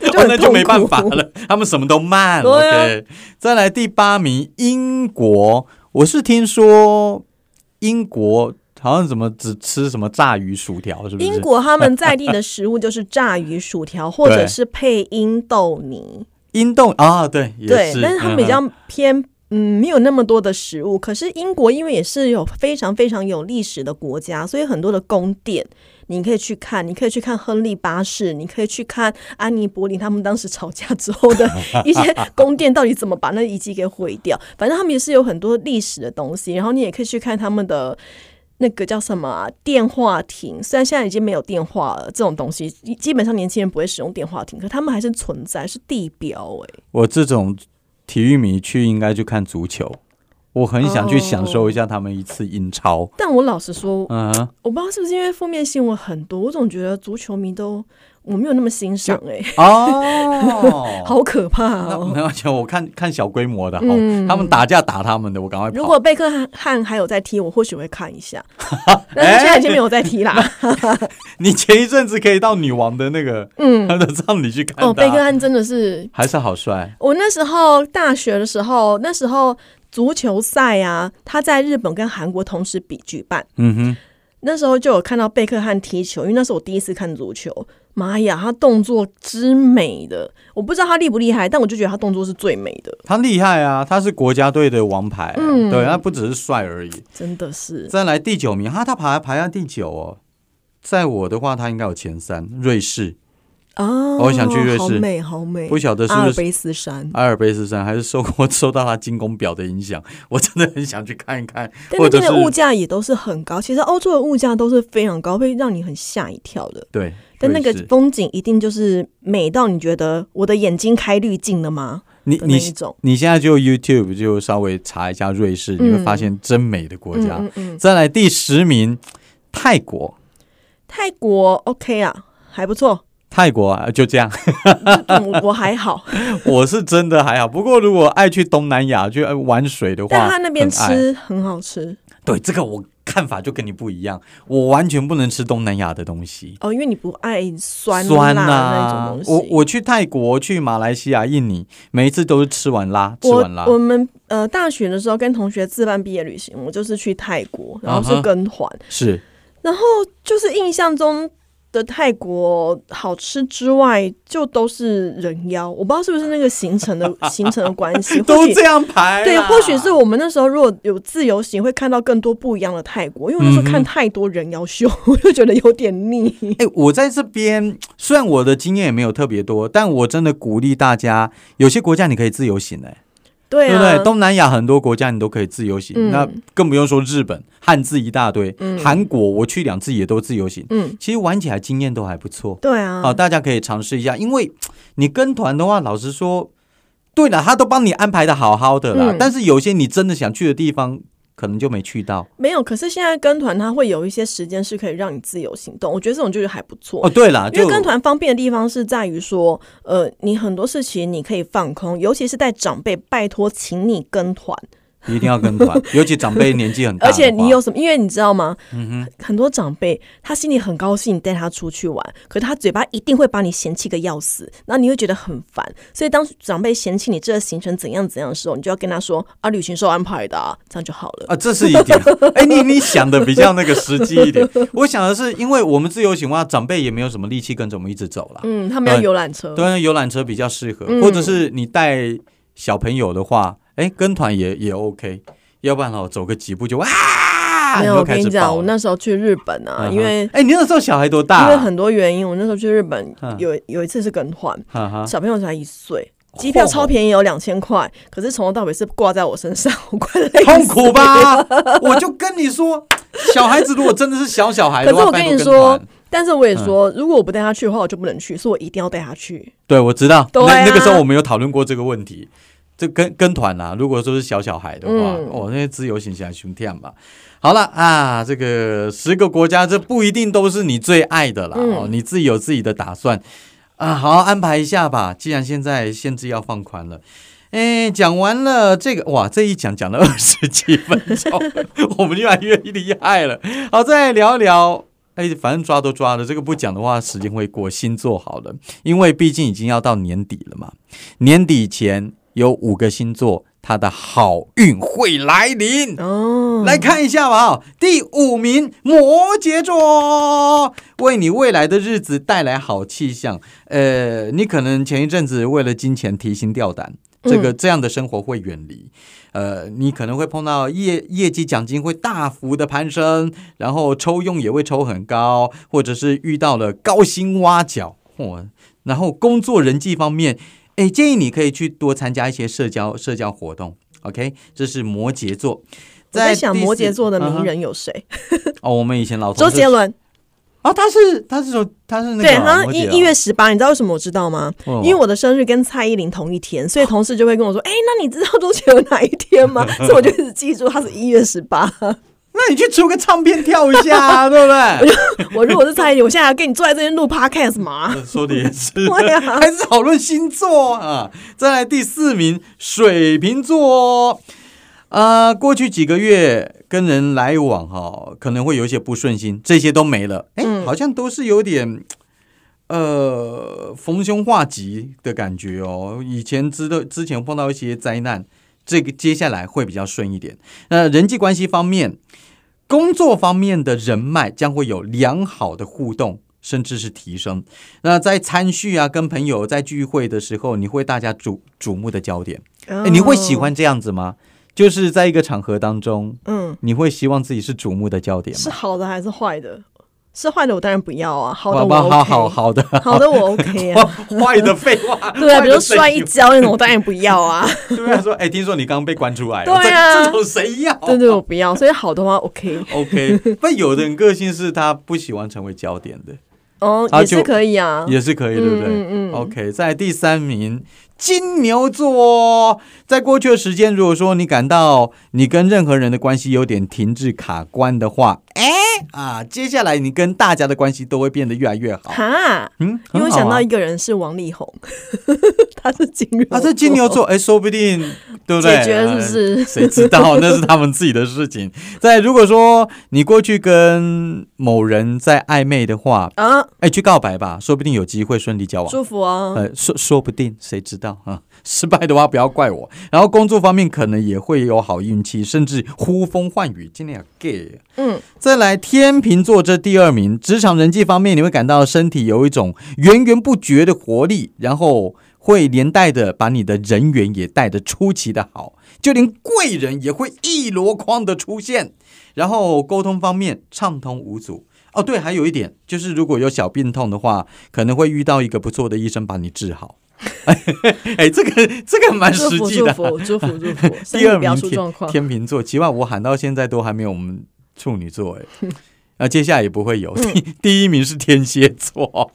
Speaker 2: 这就
Speaker 1: 哦
Speaker 2: 很
Speaker 1: 那就
Speaker 2: 痛苦
Speaker 1: 没办法。了，他们什么都慢。
Speaker 2: 对啊
Speaker 1: OK，再来第八名，英国。我是听说英国好像怎么只吃什么炸鱼薯条，是不是？
Speaker 2: 英国他们在地的食物就是炸鱼薯条，或者是配鹰豆泥，
Speaker 1: 英冻啊，对，也
Speaker 2: 对
Speaker 1: 是。，嗯
Speaker 2: 但是他们比较偏。嗯，没有那么多的食物，可是英国因为也是有非常非常有历史的国家，所以很多的宫殿你可以去看，你可以去看亨利八世，你可以去看安妮柏林他们当时吵架之后的 一些宫殿到底怎么把那遗迹给毁掉，反正他们也是有很多历史的东西，然后你也可以去看他们的那个叫什么啊、电话亭，虽然现在已经没有电话了，这种东西基本上年轻人不会使用电话亭，可他们还是存在，是地标哎、
Speaker 1: 我这种体育迷去应该去看足球，我很想去享受一下他们一次英超。
Speaker 2: 但我老实说，
Speaker 1: 嗯哼，
Speaker 2: 我不知道是不是因为负面新闻很多，我总觉得足球迷都我没有那么欣赏哎、，
Speaker 1: 哦
Speaker 2: 好可怕
Speaker 1: 那
Speaker 2: 哦！
Speaker 1: 没关系，我看看小规模的，好，
Speaker 2: 嗯
Speaker 1: 他们打架打他们的，我赶快跑。
Speaker 2: 如果贝克汉还有在踢，我或许会看 一下。但
Speaker 1: 哎
Speaker 2: 是现在已经没有在踢啦。
Speaker 1: 你前一阵子可以到女王的那个
Speaker 2: 嗯，
Speaker 1: 他的葬礼去看他，
Speaker 2: 哦，贝克汉真的是
Speaker 1: 还是好帅。
Speaker 2: 我那时候大学的时候，那时候足球赛啊，他在日本跟韩国同时比举办。
Speaker 1: 嗯
Speaker 2: 那时候就有看到贝克汉踢球，因为那是我第一次看足球。妈呀，他动作之美的，我不知道他厉不厉害，但我就觉得他动作是最美的，
Speaker 1: 哼，他厉害啊，他是国家队的王牌，
Speaker 2: 嗯
Speaker 1: 对，他不只是帅而已。
Speaker 2: 真的是。
Speaker 1: 再来第九名，哈，他排排在第九哦。在我的话，他应该有前三。瑞士，
Speaker 2: 哦，
Speaker 1: 我想去瑞士
Speaker 2: 好美，好美，
Speaker 1: 不晓得是啊
Speaker 2: 阿
Speaker 1: 不
Speaker 2: 尔
Speaker 1: 是
Speaker 2: 卑斯山。
Speaker 1: 阿尔卑斯山，还是受过受到他金钟表的影响。 我真的很想去看一看，
Speaker 2: 但
Speaker 1: 或
Speaker 2: 那
Speaker 1: 者
Speaker 2: 边的物
Speaker 1: 是
Speaker 2: 价也都是很高，其实欧洲的物价都是非常高，会让你很吓一跳的。
Speaker 1: 对，
Speaker 2: 但那个
Speaker 1: 瑞士
Speaker 2: 风景一定就是美到你觉得我的眼睛开滤镜了吗？
Speaker 1: 你
Speaker 2: 的那一
Speaker 1: 你
Speaker 2: 种。
Speaker 1: 你现在就 YouTube 就稍微查一下瑞士，你会发现真美的国家。
Speaker 2: 嗯嗯嗯，
Speaker 1: 再来第十名，泰国，
Speaker 2: 泰国 OK 啊，还不错，
Speaker 1: 泰国啊，就 这样。
Speaker 2: 嗯 我我还好。
Speaker 1: 我是真的还好，不过如果爱去东南亚去呃玩水的话，
Speaker 2: 但他那边
Speaker 1: 很爱，
Speaker 2: 吃很好吃
Speaker 1: 对这个我看法就跟你不一样，我完全不能吃东南亚的东西，
Speaker 2: 哦，因为你不爱酸
Speaker 1: 酸
Speaker 2: 辣那
Speaker 1: 啊
Speaker 2: 种东，西。
Speaker 1: 我我去泰国、去马来西亚、印尼，每一次都是吃完拉，吃完拉
Speaker 2: 我。我们呃大学的时候跟同学自办毕业旅行，我就是去泰国，然后
Speaker 1: 嗯
Speaker 2: 是
Speaker 1: 哼
Speaker 2: 跟团
Speaker 1: 是，
Speaker 2: 然后就是印象中的泰国好吃之外，就都是人妖。我不知道是不是那个行程 的行程的关系，或
Speaker 1: 都
Speaker 2: 许
Speaker 1: 这样啊排啦。
Speaker 2: 对，或许是我们那时候如果有自由行，会看到更多不一样的泰国。因为我那时候看
Speaker 1: 嗯哼
Speaker 2: 太多人妖秀，我就觉得有点 腻。
Speaker 1: 哎、我在这边虽然我的经验也没有特别多，但我真的鼓励大家，有些国家你可以自由行哎、
Speaker 2: 对
Speaker 1: 对不
Speaker 2: 啊，
Speaker 1: 对？东南亚很多国家你都可以自由行，
Speaker 2: 嗯
Speaker 1: 那更不用说日本，汉字一大堆。
Speaker 2: 嗯
Speaker 1: 韩国我去两次也都自由行，
Speaker 2: 嗯，
Speaker 1: 其实玩起来经验都还不错。
Speaker 2: 对啊，
Speaker 1: 好、大家可以尝试一下，因为嘖你跟团的话，老实说，对了，他都帮你安排的好好的啦，
Speaker 2: 嗯
Speaker 1: 但是有些你真的想去的地方，可能就没去到。
Speaker 2: 没有。可是现在跟团，它会有一些时间是可以让你自由行动，我觉得这种就是还不错。
Speaker 1: 哦，对了，
Speaker 2: 因
Speaker 1: 就
Speaker 2: 为跟团方便的地方是在于说，呃，你很多事情你可以放空，尤其是带长辈，拜托，请你跟团。
Speaker 1: 一定要跟 团，尤其长辈年纪很大，嗯
Speaker 2: 而且你有。什么？因为你知道吗？很多长辈他心里很高兴，你带他出去玩，可是他嘴巴一定会把你嫌弃个要死，然后你会觉得很烦。所以当长辈嫌弃你这个行程怎样怎样的时候，你就要跟他说啊，旅行社安排的、啊，这样就好了。
Speaker 1: 啊，这是一 点。哎、你你想的比较那个实际一点。我想的是，因为我们自由行的话，长辈也没有什么力气跟着我们一直走啦。
Speaker 2: 嗯，他们要
Speaker 1: 对
Speaker 2: 游览车。
Speaker 1: 对，啊游览车比较适合，
Speaker 2: 嗯
Speaker 1: 或者是你带小朋友的话，哎，跟团也也 OK，要不然哦，走个几步就啊，
Speaker 2: 没有，
Speaker 1: 你
Speaker 2: 我
Speaker 1: 就开
Speaker 2: 跟你
Speaker 1: 始
Speaker 2: 讲，
Speaker 1: 爆
Speaker 2: 我
Speaker 1: 了。
Speaker 2: 那时候去日本啊，因为
Speaker 1: 哎，你那时候小孩多大
Speaker 2: 因
Speaker 1: 啊？
Speaker 2: 为很多原因，我那时候去日本
Speaker 1: 嗯
Speaker 2: 有有一次是跟团，
Speaker 1: 哈 哈，
Speaker 2: 小朋友才一岁，机票超便宜，有两千块，可是从头到尾是挂在我身上，我快累
Speaker 1: 痛
Speaker 2: 死
Speaker 1: 苦吧？ 我就跟你说，小孩子如果真的是小小孩
Speaker 2: 可
Speaker 1: 的
Speaker 2: 是
Speaker 1: 话，
Speaker 2: 我
Speaker 1: 拜托
Speaker 2: 跟你
Speaker 1: 跟
Speaker 2: 说
Speaker 1: 团，
Speaker 2: 但是我也说，
Speaker 1: 嗯
Speaker 2: 如果我不带他去的话，我就不能去，所以我一定要带他去。
Speaker 1: 对，我知道。
Speaker 2: 对
Speaker 1: 那那个时候
Speaker 2: 啊
Speaker 1: 我们有讨论过这个问题。这跟跟团啊，如果说是小小孩的话，
Speaker 2: 嗯
Speaker 1: 哦，那些自由行起来熊跳嘛。好了啊，这个十个国家，这不一定都是你最爱的啦。
Speaker 2: 嗯
Speaker 1: 哦，你自己有自己的打算啊，好好安排一下吧。既然现在限制要放宽了。哎，讲完了这个哇，这一讲讲了二十几分钟， 我们越来越厉害了。 好，再来聊一聊。哎，反正抓都抓了，这个不讲的话，时间会过。星座好了，因为毕竟已经要到年底了嘛，年底前有五个星座，它的好运会来临。
Speaker 2: 哦，
Speaker 1: 来看一下吧，第五名摩羯座，为你未来的日子带来好气象。呃，你可能前一阵子为了金钱提心吊胆，这个这样的生活会远离。呃，你可能会碰到业业绩奖金会大幅的攀升，然后抽佣也会抽很高，或者是遇到了高薪挖角。哦，然后工作人际方面，哎，建议你可以去多参加一些社交社交活动。OK，这是摩羯座。
Speaker 2: 我在
Speaker 1: 第
Speaker 2: 想
Speaker 1: 四
Speaker 2: 摩羯座的名、
Speaker 1: 嗯
Speaker 2: 人有谁？
Speaker 1: 哼哦，我们以前老同
Speaker 2: 周
Speaker 1: 事
Speaker 2: 杰伦，
Speaker 1: 啊，他是他是说他是那个
Speaker 2: 对，
Speaker 1: 啊
Speaker 2: 然后
Speaker 1: 摩
Speaker 2: 一
Speaker 1: 羯啊
Speaker 2: 一月十八，你知道为什么我知道吗？
Speaker 1: 为什么
Speaker 2: 因为我的生日跟蔡依林同一天，所以同事就会跟我说：“哎、那你知道周杰伦哪一天吗？” 所以我就一直记住他是一月十八。
Speaker 1: 那你去出个唱片跳一下、啊， 对不对？
Speaker 2: 我如果是蔡依林，我现在还跟你坐在这边录 podcast 嘛？
Speaker 1: 说的也是，
Speaker 2: 对呀、
Speaker 1: 还是讨论星座啊。再来第四名，水瓶座哦。啊、过去几个月跟人来往哈、可能会有一些不顺心，这些都没了。哎、好像都是有点。呃，逢凶化吉的感觉哦。以前知道之前碰到一些灾难，这个接下来会比较顺一点。那人际关系方面，工作方面的人脉将会有良好的互动，甚至是提升。那在餐叙啊，跟朋友在聚会的时候，你会大家瞩瞩目的焦点。
Speaker 2: 哦啊
Speaker 1: 哎，你会喜欢这样子吗？就是在一个场合当中，
Speaker 2: 嗯，
Speaker 1: 你会希望自己是瞩目的焦点
Speaker 2: 是
Speaker 1: 吗？
Speaker 2: 好的还是坏的？是坏的我当然不要啊，好的
Speaker 1: 好
Speaker 2: 我
Speaker 1: 吧
Speaker 2: OK，
Speaker 1: 好好好 的，
Speaker 2: 好的我 OK 啊。
Speaker 1: 坏的废话。
Speaker 2: 对啊，比如说摔
Speaker 1: 帅
Speaker 2: 一跤那种，我当然不 要啊。
Speaker 1: 对啊，说哎，听说你刚刚被关出来了，
Speaker 2: 对啊
Speaker 1: 这这种谁要？
Speaker 2: 对对，我不要。所以好的话 OK，
Speaker 1: OK，那有的人个性是他不喜欢成为焦点的，
Speaker 2: 哦，
Speaker 1: 啊
Speaker 2: 也是
Speaker 1: 就
Speaker 2: 可以啊。
Speaker 1: 也是可以，对不对？
Speaker 2: 嗯嗯嗯
Speaker 1: OK，在第三名，金牛座哦，在过去的时间，如果说你感到你跟任何人的关系有点停滞卡关的话，哎啊，接下来你跟大家的关系都会变得越来越好。
Speaker 2: 哈，
Speaker 1: 嗯，
Speaker 2: 因为我
Speaker 1: 很好
Speaker 2: 想到
Speaker 1: 啊
Speaker 2: 一个人是王力宏， 他是金牛，
Speaker 1: 他是金牛，座，哎，说不定对不对？嗯
Speaker 2: 解决了是不是？
Speaker 1: 谁知道 那是他们自己的事情。在如果说你过去跟某人在暧昧的话，
Speaker 2: 啊，
Speaker 1: 哎，去告白吧，说不定有机会顺利交往。
Speaker 2: 祝福啊！
Speaker 1: 呃，说说不定，谁知道啊？失败的话不要怪我。然后工作方面可能也会有好运气，甚至呼风唤雨。今天要 gay，
Speaker 2: 嗯，
Speaker 1: 再来天秤座这第二名，职场人际方面你会感到身体有一种源源不绝的活力，然后会连带的把你的人缘也带得出奇的好，就连贵人也会一箩筐的出现。然后沟通方面畅通无阻。哦，对，还有一点就是，如果有小病痛的话，可能会遇到一个不错的医生把你治好。哎，这个 这个蛮
Speaker 2: 祝
Speaker 1: 实
Speaker 2: 福
Speaker 1: 际
Speaker 2: 祝
Speaker 1: 的。
Speaker 2: 福祝福祝福，
Speaker 1: 第
Speaker 2: 身体
Speaker 1: 二
Speaker 2: 不要
Speaker 1: 名
Speaker 2: 出状
Speaker 1: 天
Speaker 2: 况。
Speaker 1: 天秤座，起码我喊到现在都还没有我们处女座哎，那接下来也不会
Speaker 2: 嗯
Speaker 1: 有。第 第一名是天蝎座，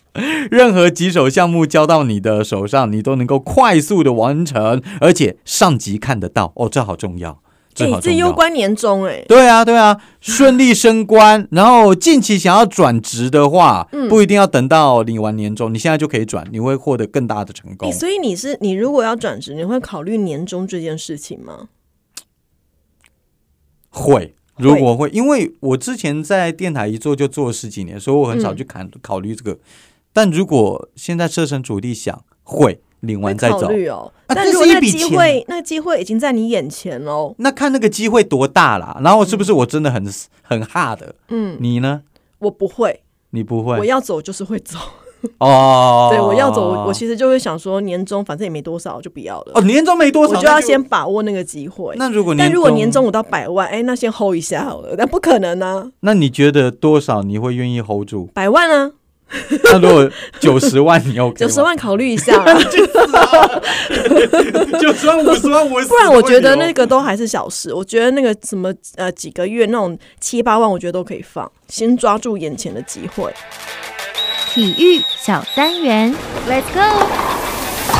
Speaker 1: 任何棘手项目交到你的手上，你都能够快速的完成，而且上级看得到哦，这好重要。
Speaker 2: 哎
Speaker 1: 好，
Speaker 2: 这
Speaker 1: 重
Speaker 2: 攸
Speaker 1: 要。
Speaker 2: 关年终哎，
Speaker 1: 对啊，对啊，顺利升官，然后近期想要转职的话，
Speaker 2: 嗯
Speaker 1: 不一定要等到领完年终，你现在就可以转，你会获得更大的成
Speaker 2: 哎
Speaker 1: 功。
Speaker 2: 所以你是你如果要转职，你会考虑年终这件事情吗？
Speaker 1: 会，如果会，因为我之前在电台一做就做了十几年，所以我很少
Speaker 2: 嗯
Speaker 1: 去考考虑这个。但如果现在设身处地想，会领
Speaker 2: 会
Speaker 1: 完再
Speaker 2: 考
Speaker 1: 走，
Speaker 2: 虑哦。
Speaker 1: 啊
Speaker 2: 但
Speaker 1: 这
Speaker 2: 如果
Speaker 1: 是一
Speaker 2: 那
Speaker 1: 笔
Speaker 2: 机
Speaker 1: 钱
Speaker 2: 会，那机会已经在你眼前哦喽。
Speaker 1: 那看那个机会多大啦。然后是不是我真的很很哈的？
Speaker 2: 嗯，
Speaker 1: 你呢？
Speaker 2: 我不会，
Speaker 1: 你不会
Speaker 2: 我要走就是会走。
Speaker 1: 哦？
Speaker 2: 对，我要走，我我其实就会想说，年终反正也没多少，我就不要了。
Speaker 1: 哦，年终没多
Speaker 2: 我
Speaker 1: 少，
Speaker 2: 就要
Speaker 1: 那
Speaker 2: 先把握那个机会。
Speaker 1: 那如果
Speaker 2: 但如果年
Speaker 1: 终
Speaker 2: 终我到百万，哎，那先 hold 一下好了。但不可能呢、？
Speaker 1: 那你觉得多少你会愿意 hold 住
Speaker 2: 百万啊，
Speaker 1: 那如果九十万，你 OK
Speaker 2: 九
Speaker 1: 吗
Speaker 2: 十，万考虑 一下啊、
Speaker 1: 九十万、五十万、五十，
Speaker 2: 不然我觉得那个都还是小事。我觉得那个什么呃几个月那种七八万，我觉得都可以放，先抓住眼前的机会。
Speaker 3: 体育小单元，Let's go！
Speaker 1: 啊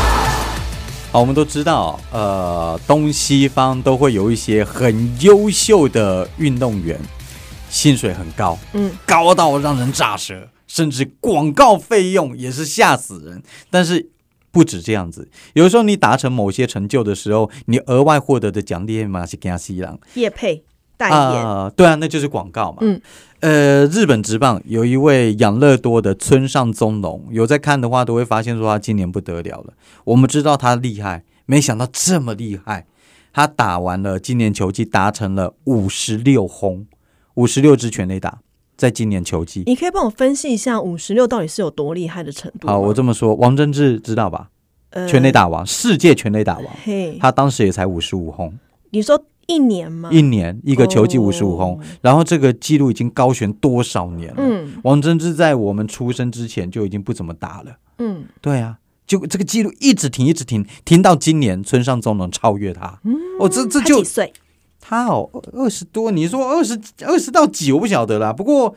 Speaker 1: 好，我们都知道，呃，东西方都会有一些很优秀的运动员，薪水很高，
Speaker 2: 嗯，
Speaker 1: 高到让人咋舌，甚至广告费用也是吓死人。但是不止这样子，有的时候你达成某些成就的时候，你额外获得的奖励嘛是给他西郎。
Speaker 2: 叶配代言、
Speaker 1: 啊、对啊，那就是广告嘛。
Speaker 2: 嗯，
Speaker 1: 呃，日本职棒有一位养乐多的村上宗隆，有在看的话都会发现说他今年不得了了。我们知道他厉害，没想到这么厉害。他打完了今年球季达成了五十六轰，五十六支全垒打，在今年球季。
Speaker 2: 你可以帮我分析一下五十六到底是有多厉害的程度吗？
Speaker 1: 好，我这么说，王贞治知道吧？
Speaker 2: 呃
Speaker 1: 全垒打王，世界全垒打王，
Speaker 2: 嘿，
Speaker 1: 他当时也才五十五轰。
Speaker 2: 你说一年吗？
Speaker 1: 一年一个球季五十五
Speaker 2: 嗯哦
Speaker 1: 轰，然后这个记录已经高悬多少年了？
Speaker 2: 嗯
Speaker 1: 王贞治在我们出生之前就已经不怎么打了。
Speaker 2: 嗯，
Speaker 1: 对啊，就这个记录一直停，一直停，停到今年村上宗能超越他。哦，这这
Speaker 2: 他几
Speaker 1: 就
Speaker 2: 岁？啊
Speaker 1: 他哦，二十多，你说二十二十到几我不晓得啦。不过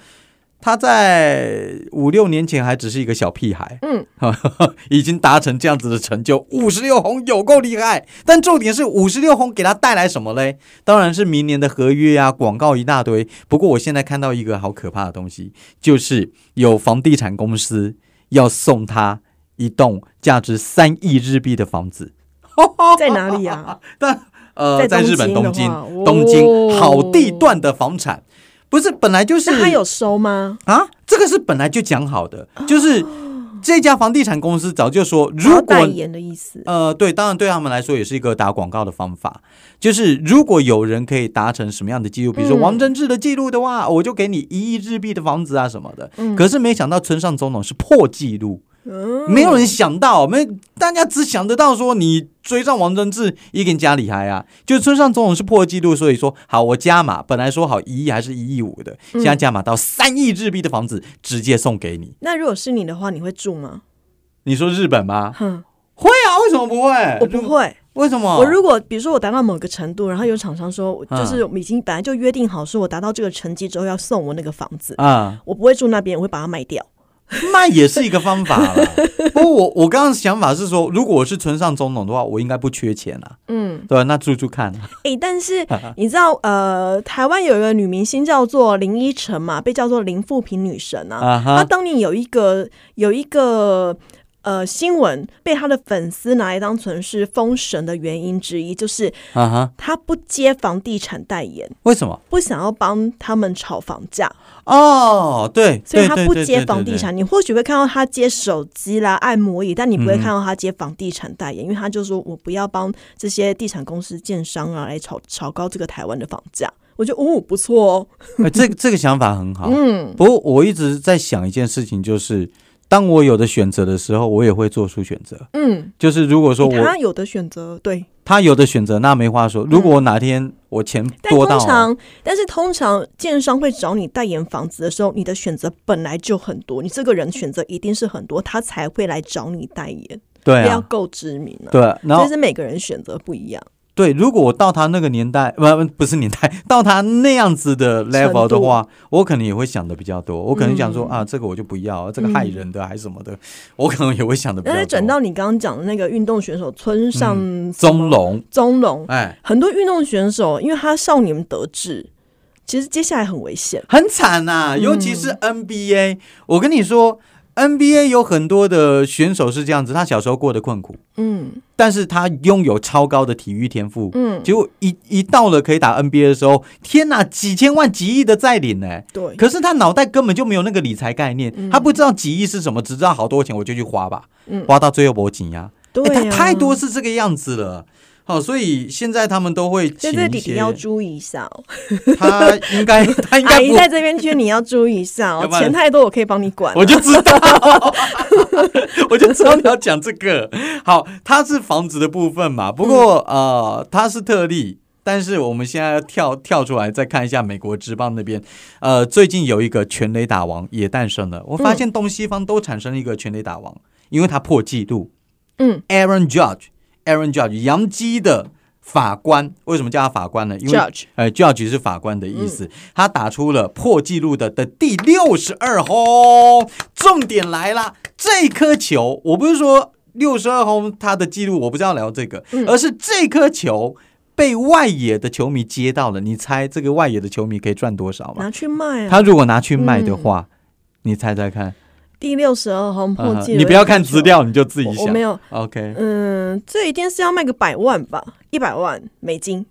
Speaker 1: 他在五六年前还只是一个小屁孩，
Speaker 2: 嗯，
Speaker 1: 已经达成这样子的成就，五十六红有够厉害。但重点是五十六红给他带来什么嘞？当然是明年的合约啊，广告一大堆。不过我现在看到一个好可怕的东西，就是有房地产公司要送他一栋价值三亿日币的房子。
Speaker 2: 在哪里啊？
Speaker 1: 但呃，在
Speaker 2: 在
Speaker 1: 日本东
Speaker 2: 东
Speaker 1: 京
Speaker 2: 京的话，哦
Speaker 1: 东京好地段的房产，不是本来 就是
Speaker 2: 那他有收吗？
Speaker 1: 啊，这个是本来就讲好的，就是
Speaker 2: 哦
Speaker 1: 这家房地产公司早就说，如
Speaker 2: 他代
Speaker 1: 果
Speaker 2: 言的意思，
Speaker 1: 呃，对，当然对他们来说也是一个打广告的方法，就是如果有人可以达成什么样的记录，比如说
Speaker 2: 嗯
Speaker 1: 王贞治的记录的话，我就给你一亿日币的房子啊什么的。
Speaker 2: 嗯
Speaker 1: 可是没想到村上总统是破纪录。
Speaker 2: 嗯
Speaker 1: 没有人想到，没大家只想得到说你追上王贞治一个人加厉害啊，就是村上总统是破纪录，所以说好我加码，本来说好一亿还是一亿五的，
Speaker 2: 嗯
Speaker 1: 现在加码到三亿日币的房子直接送给你，
Speaker 2: 那如果是你的话，你会住吗？
Speaker 1: 你说日本吗？
Speaker 2: 哼，
Speaker 1: 会啊，为什么不会？
Speaker 2: 我不，会。
Speaker 1: 为什么？
Speaker 2: 我如果比如说我达到某个程度，然后有厂商说，
Speaker 1: 嗯
Speaker 2: 我就是已经本来就约定好，说我达到这个成绩之后要送我那个房子，
Speaker 1: 啊、
Speaker 2: 我不会住那边，我会把它卖掉。
Speaker 1: 那也是一个方法了。 不过我我刚刚想法是说，如果我是村上总统的话，我应该不缺钱啊，
Speaker 2: 嗯，
Speaker 1: 对吧？那住住 看啊，
Speaker 2: 诶，哎但是你知道，呃，台湾有一个女明星叫做林依晨嘛，被叫做林富平女神啊。
Speaker 1: 啊
Speaker 2: 她
Speaker 1: 哈，
Speaker 2: 当年有一个有一个呃新闻，被她的粉丝拿来当成是封神的原因之一，就是
Speaker 1: 啊哈，
Speaker 2: 她不接房地产代言，
Speaker 1: 为什么？
Speaker 2: 不想要帮他们炒房价。
Speaker 1: 哦，对，
Speaker 2: 所以
Speaker 1: 对
Speaker 2: 他
Speaker 1: 对
Speaker 2: 不
Speaker 1: 对
Speaker 2: 接
Speaker 1: 对
Speaker 2: 房地
Speaker 1: 对
Speaker 2: 产，你或许会看到他接手机啦、按摩椅，但你不会
Speaker 1: 嗯哼
Speaker 2: 看到他接房地产代言，因为他就说我不要帮这些地产公司、建商啊来炒炒高这个台湾的房价。我觉得哦不错哦，
Speaker 1: 哎，这个这个想法很好。
Speaker 2: 嗯，
Speaker 1: 不过我一直在想一件事情，就是当我有的选择的时候，我也会做出选择。
Speaker 2: 嗯，
Speaker 1: 就是如果说我
Speaker 2: 他有的选择对，
Speaker 1: 他有的选择，那没话说。如果我哪天我钱
Speaker 2: 嗯但
Speaker 1: 多到
Speaker 2: 通
Speaker 1: 了，
Speaker 2: 常但是通常建商会找你代言房子的时候，你的选择本来就很多，你这个人选择一定是很多，他才会来找你代言，
Speaker 1: 对
Speaker 2: 不要
Speaker 1: 啊，
Speaker 2: 够知名啊。
Speaker 1: 对，然
Speaker 2: 所以
Speaker 1: 后
Speaker 2: 是每个人选择不一样，
Speaker 1: 对，如果我到他那个年代，不不不是年代， 到他那样子的 level 的话，我可能也会想的比较多。我可能想说、
Speaker 2: 嗯
Speaker 1: 啊，这个我就不要，这个害人的还是什么的，我可能也会想的比
Speaker 2: 那
Speaker 1: 较
Speaker 2: 再
Speaker 1: 多。
Speaker 2: 转到你刚刚讲的那个运动选手村上
Speaker 1: 中龙，
Speaker 2: 中龙，
Speaker 1: 哎，
Speaker 2: 很多运动选手因为他少年得志，其实接下来很危险。
Speaker 1: 很惨呐、
Speaker 2: 嗯
Speaker 1: 尤其是 NBA、我跟你说，NBA 有很多的选手是这样子，他小时候过得困苦，
Speaker 2: 嗯
Speaker 1: 但是他拥有超高的体育天赋。
Speaker 2: 嗯，
Speaker 1: 结果一一到了可以打 NBA 的时候，天呐，几千万、几亿的在领呢、
Speaker 2: 对，
Speaker 1: 可是他脑袋根本就没有那个理财概念，他不知道几亿是什么，只知道好多钱我就去花吧，
Speaker 2: 嗯
Speaker 1: 花到最后没钱呀、
Speaker 2: 对
Speaker 1: 哎
Speaker 2: 啊
Speaker 1: 他太多，是这个样子了。好、所以现在他们都会
Speaker 2: 所
Speaker 1: 请
Speaker 2: 以这个
Speaker 1: 一
Speaker 2: 弟弟
Speaker 1: 些，
Speaker 2: 要注意一下哦。
Speaker 1: 他应该他 应
Speaker 2: 阿
Speaker 1: 该
Speaker 2: 姨
Speaker 1: 不
Speaker 2: 在这边圈，你要注意一下
Speaker 1: 要
Speaker 2: 哦
Speaker 1: 不，然
Speaker 2: 钱太多我可以帮你管。啊
Speaker 1: 我就知道， 我就知道你要讲这个。好，它是房子的部分嘛，不过、
Speaker 2: 嗯
Speaker 1: 呃，它是特例。但是我们现在要跳跳出来，再看一下美国职棒那边，呃，最近有一个全垒打王也诞生了。我发现东西方都产生了一个全垒打王，因为他破纪录。
Speaker 2: 嗯
Speaker 1: ，Aaron Judge，Aaron Judge，洋基的法官，为什么叫他法官呢？因为
Speaker 2: Judge 嗯
Speaker 1: 呃，judge 是法官的意思，他打出了破纪录的的第六十二轰。重点来啦，这颗球，我不是说六十二轰他的记录，我不是要聊这个，
Speaker 2: 嗯
Speaker 1: 而是这颗球被外野的球迷接到了。你猜这个外野的球迷可以赚多少吗？
Speaker 2: 拿去卖啊！嗯
Speaker 1: 他如果拿去卖的话，你猜猜看？
Speaker 2: 第六十二红破
Speaker 1: 嗯
Speaker 2: 纪录、
Speaker 1: 你不要看资，料，你就自己
Speaker 2: 我
Speaker 1: 想。
Speaker 2: 我没有。
Speaker 1: OK，
Speaker 2: 嗯，这一定是要卖个百万吧，一百万美金，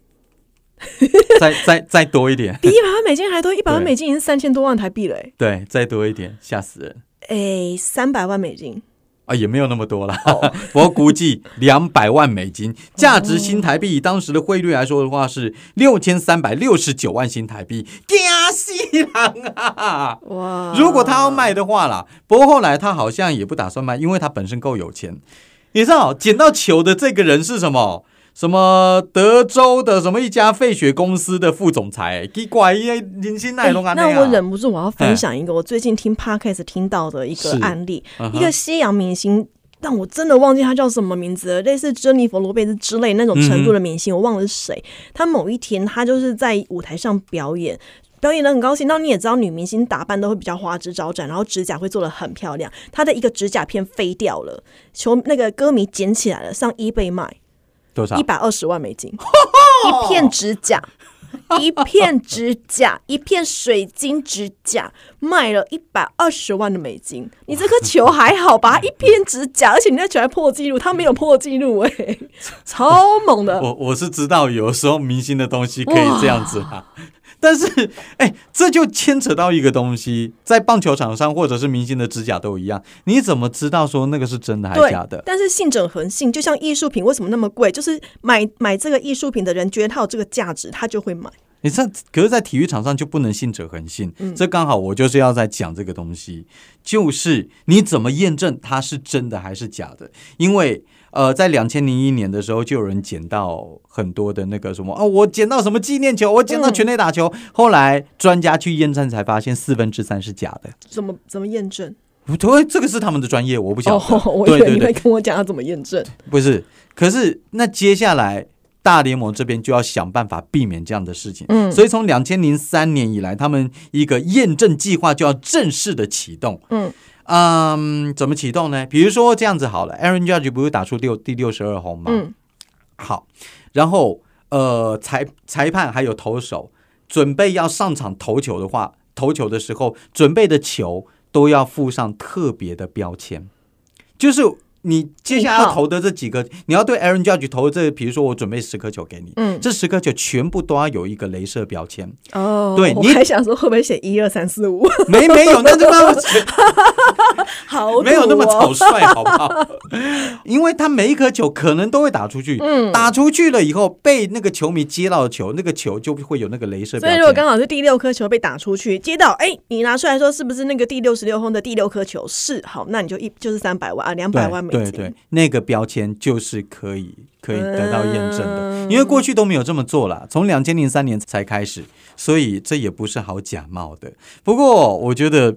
Speaker 1: 再再再多一点，
Speaker 2: 比一百万美金还多，一百万
Speaker 1: 对
Speaker 2: 美金已经三千多万台币了、欸，
Speaker 1: 对，再多一点，吓死人。
Speaker 2: 哎，三百万美金，
Speaker 1: 啊，也没有那么多啦， 我哦估计两百万美金，价值新台币以当时的汇率来说的话是六千三百六十九万新台币，惊西郎啊！
Speaker 2: 哇！
Speaker 1: 如果他要卖的话啦，不过后来他好像也不打算卖，因为他本身够有钱。你知道捡到球的这个人是什么？什么德州的什么一家废血公司的副总裁？奇怪，因为林心奈龙啊
Speaker 2: 欸
Speaker 1: 样
Speaker 2: 那我忍不住我要分享一个我最近听 podcast 听到的一个
Speaker 1: 是
Speaker 2: 案例，
Speaker 1: 嗯哼
Speaker 2: 一个西洋明星。但我真的忘记他叫什么名字了，类似珍妮佛·罗贝兹之
Speaker 1: 嗯
Speaker 2: 类那种程度的明星，我忘了是谁。他某一天，他就是在舞台上表演，表演的很高兴。那你也知道，女明星打扮都会比较花枝招展，然后指甲会做的很漂亮。她的一个指甲片飞掉了，求那个歌迷捡起来了，上 eBay 卖
Speaker 1: 多少
Speaker 2: 一？百二十万 美金。
Speaker 4: 一片指甲，一片指甲，一片水晶指甲，
Speaker 2: 卖了一百二十万的美金，你这颗球还好吧？一片指甲，而且你那球还破纪录，他没有破纪录哎、 超猛的！
Speaker 1: 我我是知道，有时候明星的东西可以这样子啦。但是，哎，这就牵扯到一个东西，在棒球场上或者是明星的指甲都一样，你怎么知道说那个是真的还是
Speaker 2: 对
Speaker 1: 假的，？
Speaker 2: 但是信者恒信，就像艺术品为什么那么贵，就是买买这个艺术品的人觉得它有这个价值，他就会买。
Speaker 1: 你这可是，在体育场上就不能信者恒信。
Speaker 2: 嗯
Speaker 1: 这刚好我就是要在讲这个东西，就是你怎么验证它是真的还是假的？因为呃，在两千零一年的时候，就有人捡到很多的那个什么哦，我捡到什么纪念球，我
Speaker 2: 嗯
Speaker 1: 捡到全垒打球。后来专家去验证才发现，四分之三是假的。
Speaker 2: 怎么怎么验证？
Speaker 1: 对，这个是他们的专业，我不晓得。
Speaker 2: 哦 我
Speaker 1: 对
Speaker 2: 以为
Speaker 1: 对
Speaker 2: 你
Speaker 1: 对，
Speaker 2: 会跟我讲要怎么验证。
Speaker 1: 不是，可是那接下来大联盟这边就要想办法避免这样的事情。
Speaker 2: 嗯
Speaker 1: 所以从两千零三年以来，他们一个验证计划就要正式的启动。
Speaker 2: 嗯
Speaker 1: 嗯，怎么启动呢？比如说这样子好了，Aaron Judge 不是打出六第六十二轰吗？
Speaker 2: 嗯，
Speaker 1: 好，然后呃，裁裁判还有投手准备要上场投球的话，投球的时候准备的球都要附上特别的标签，就是你接下来要投的这几个，你要对 Aaron Judge 投的这，比如说我准备十颗球给你，
Speaker 2: 嗯
Speaker 1: 这十颗球全部都要有一个镭射标签，
Speaker 2: 哦
Speaker 1: 对
Speaker 2: 我
Speaker 1: 你
Speaker 2: 还想说会不会写一二三四五，
Speaker 1: 没没有，那就那
Speaker 2: 好土哦
Speaker 1: 没有那么草 率，好不好？因为他每一颗球可能都会打出去，
Speaker 2: 嗯
Speaker 1: 打出去了以后被那个球迷接到的球，那个球就会有那个镭射
Speaker 2: 所以如
Speaker 1: 标
Speaker 2: 果
Speaker 1: 签。
Speaker 2: 刚好是第六颗球被打出去，接到哎、你拿出来说是不是那个第六十六轰的第六颗球？是，好，那你就一就是三百万啊，两百万美金。
Speaker 1: 对对对，那个标签就是可以可以得到验证的，
Speaker 2: 嗯
Speaker 1: 因为过去都没有这么做啦，从两千零三年才开始，所以这也不是好假冒的。不过我觉得。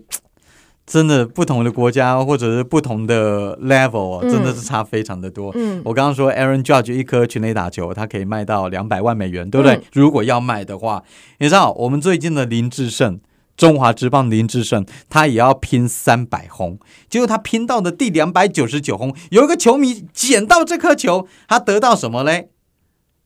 Speaker 1: 真的，不同的国家或者是不同的 level 啊，
Speaker 2: 嗯
Speaker 1: 真的是差非常的多。
Speaker 2: 嗯
Speaker 1: 我刚刚说 Aaron Judge 一颗全垒打球，它可以卖到两百万美元，对不对？
Speaker 2: 嗯
Speaker 1: 如果要卖的话，你知道我们最近的林志胜，中华职棒林志胜，他也要拼三百轰，结果他拼到的第两百九十九轰，有一个球迷捡到这颗球，他得到什么嘞？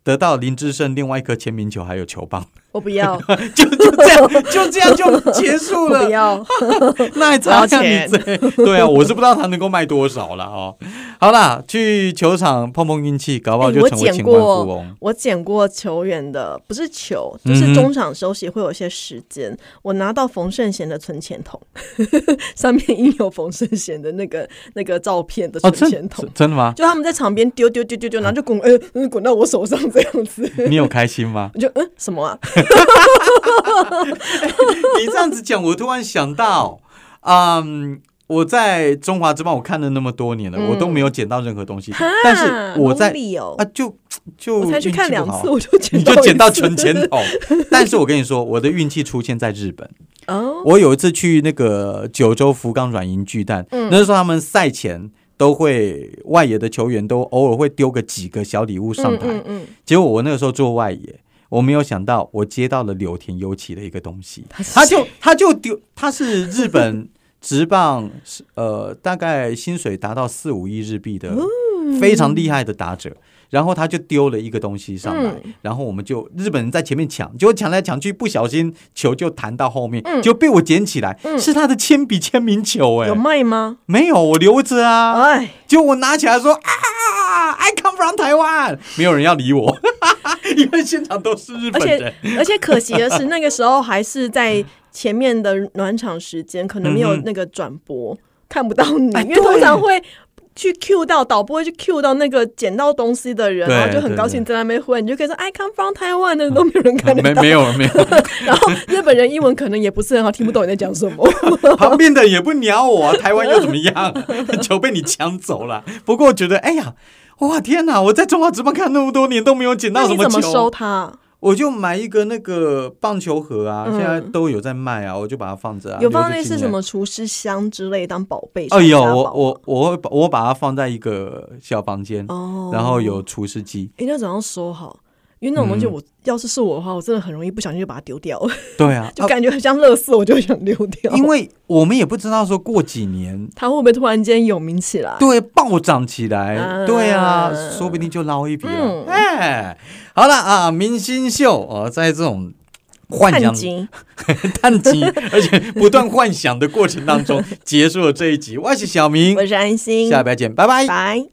Speaker 1: 得到林志胜另外一颗签名球，还有球棒，
Speaker 2: 我不要，
Speaker 1: 就就这样，就这样就结束
Speaker 2: 我不
Speaker 1: 了。
Speaker 2: 要，
Speaker 1: 那还差像你 这，对啊，我是不知道他能够卖多少了哦。好啦，去球场碰碰运气，搞不好
Speaker 2: 哎
Speaker 1: 就
Speaker 2: 我
Speaker 1: 成为
Speaker 2: 捡
Speaker 1: 千
Speaker 2: 过
Speaker 1: 万富翁。
Speaker 2: 我捡过球员的，不是球，就
Speaker 1: 嗯哼
Speaker 2: 是中场休息会有一些时间，我拿到冯圣贤的存钱筒， 上面印有冯圣贤的那个那个照片的
Speaker 1: 哦，真
Speaker 2: 存钱筒。
Speaker 1: 真真 的吗？
Speaker 2: 就他们在场边丢丢丢丢丢，然后就滚，呃，嗯滚到我手上这样子，
Speaker 1: 你有开心吗？
Speaker 2: 我就嗯什么啊？
Speaker 1: 你这样子讲，我突然想到，嗯，我在中华之邦我看了那么多年了，
Speaker 2: 嗯
Speaker 1: 我都没有捡到任何东西，但是我在
Speaker 2: 哈 lonely 哦
Speaker 1: 啊，就就
Speaker 2: 我才去看
Speaker 1: 运气
Speaker 2: 两
Speaker 1: 不好
Speaker 2: 次，我就捡
Speaker 1: 你
Speaker 2: 到
Speaker 1: 就捡到
Speaker 2: 一次
Speaker 1: 存钱筒。但是我跟你说，我的运气出现在日本。
Speaker 2: 哦，
Speaker 1: 我有一次去那个九州福冈软银巨蛋，
Speaker 2: 嗯
Speaker 1: 那时候他们赛前都会外野的球员都偶尔会丢个几个小礼物上台，
Speaker 2: 嗯嗯，
Speaker 1: 结果我那个时候做外野，我没有想到我接到了柳田优起的一个东西，
Speaker 2: 他是
Speaker 1: 他就他就丢，他是日本职棒是呃大概薪水达到四五亿日币
Speaker 2: 嗯
Speaker 1: 的非常厉害的打者。然后他就丢了一个东西上来，
Speaker 2: 嗯
Speaker 1: 然后我们就日本人在前面抢，结果抢来抢去，不小心球就弹到后面，就被我捡起来，是他的铅笔签名球、
Speaker 2: 嗯有
Speaker 1: 哎，
Speaker 2: 卖吗？
Speaker 1: 没有，我留着啊。
Speaker 2: 哎，
Speaker 1: 就我拿起来说啊，I come from 台湾，没有人要理我，因为现场都是日
Speaker 2: 而
Speaker 1: 本
Speaker 2: 且
Speaker 1: 人。嗯
Speaker 2: 而且可惜 的是，那个时候还是在前面的暖场时间，可能没有那个转播，看不到你，
Speaker 1: 哎
Speaker 2: 因为通常会。去 Q 到导播会去 Q 到那个捡到东西的人，
Speaker 1: 对嗯
Speaker 2: 然后就很高兴在那边混，你就可以说 I come from Taiwan，那都没有人看得
Speaker 1: 没
Speaker 2: 到。
Speaker 1: 没有没有，
Speaker 2: 然后日本人英文可能也不是很好，听不懂你在讲什 么。
Speaker 1: 旁边的也不鸟我、台湾又怎么样？球被你抢走了。不过我觉得，哎呀，哇天哪！我在中华职棒看那么多年都没有捡
Speaker 2: 那
Speaker 1: 到什
Speaker 2: 你怎么
Speaker 1: 球，
Speaker 2: 收它？
Speaker 1: 我就买一个那个棒球盒啊，
Speaker 2: 嗯
Speaker 1: 现在都有在卖啊，我就把它放着、啊。
Speaker 2: 有放
Speaker 1: 留
Speaker 2: 类
Speaker 1: 着纪
Speaker 2: 似
Speaker 1: 念
Speaker 2: 什么厨师箱之类当宝贝？
Speaker 1: 哦，有
Speaker 2: 传家
Speaker 1: 我
Speaker 2: 宝
Speaker 1: 我我会把我把它放在一个小房间，
Speaker 2: 哦，
Speaker 1: 然后有除湿机。
Speaker 2: 一定要早上收好，因因为那种东西我，要是是我的话，我真的很容易不小心就把它丢掉了，
Speaker 1: 对嗯啊，
Speaker 2: 就感觉很像垃圾，我就会想丢 掉。
Speaker 1: 因为我们也不知道说过几年
Speaker 2: 它会不会突然间有名起来？
Speaker 1: 对暴涨起来，
Speaker 2: 啊
Speaker 1: 对啊，说不定就捞一笔了。
Speaker 2: 嗯
Speaker 1: 哎，好了啊，明星秀哦，在这种幻
Speaker 2: 看
Speaker 1: 想
Speaker 2: 金，
Speaker 1: 探 集，而且不断幻想的过程当中，结束了这一集。我是小明
Speaker 2: 我，是安心，
Speaker 1: 下礼拜见，拜拜。
Speaker 2: 拜。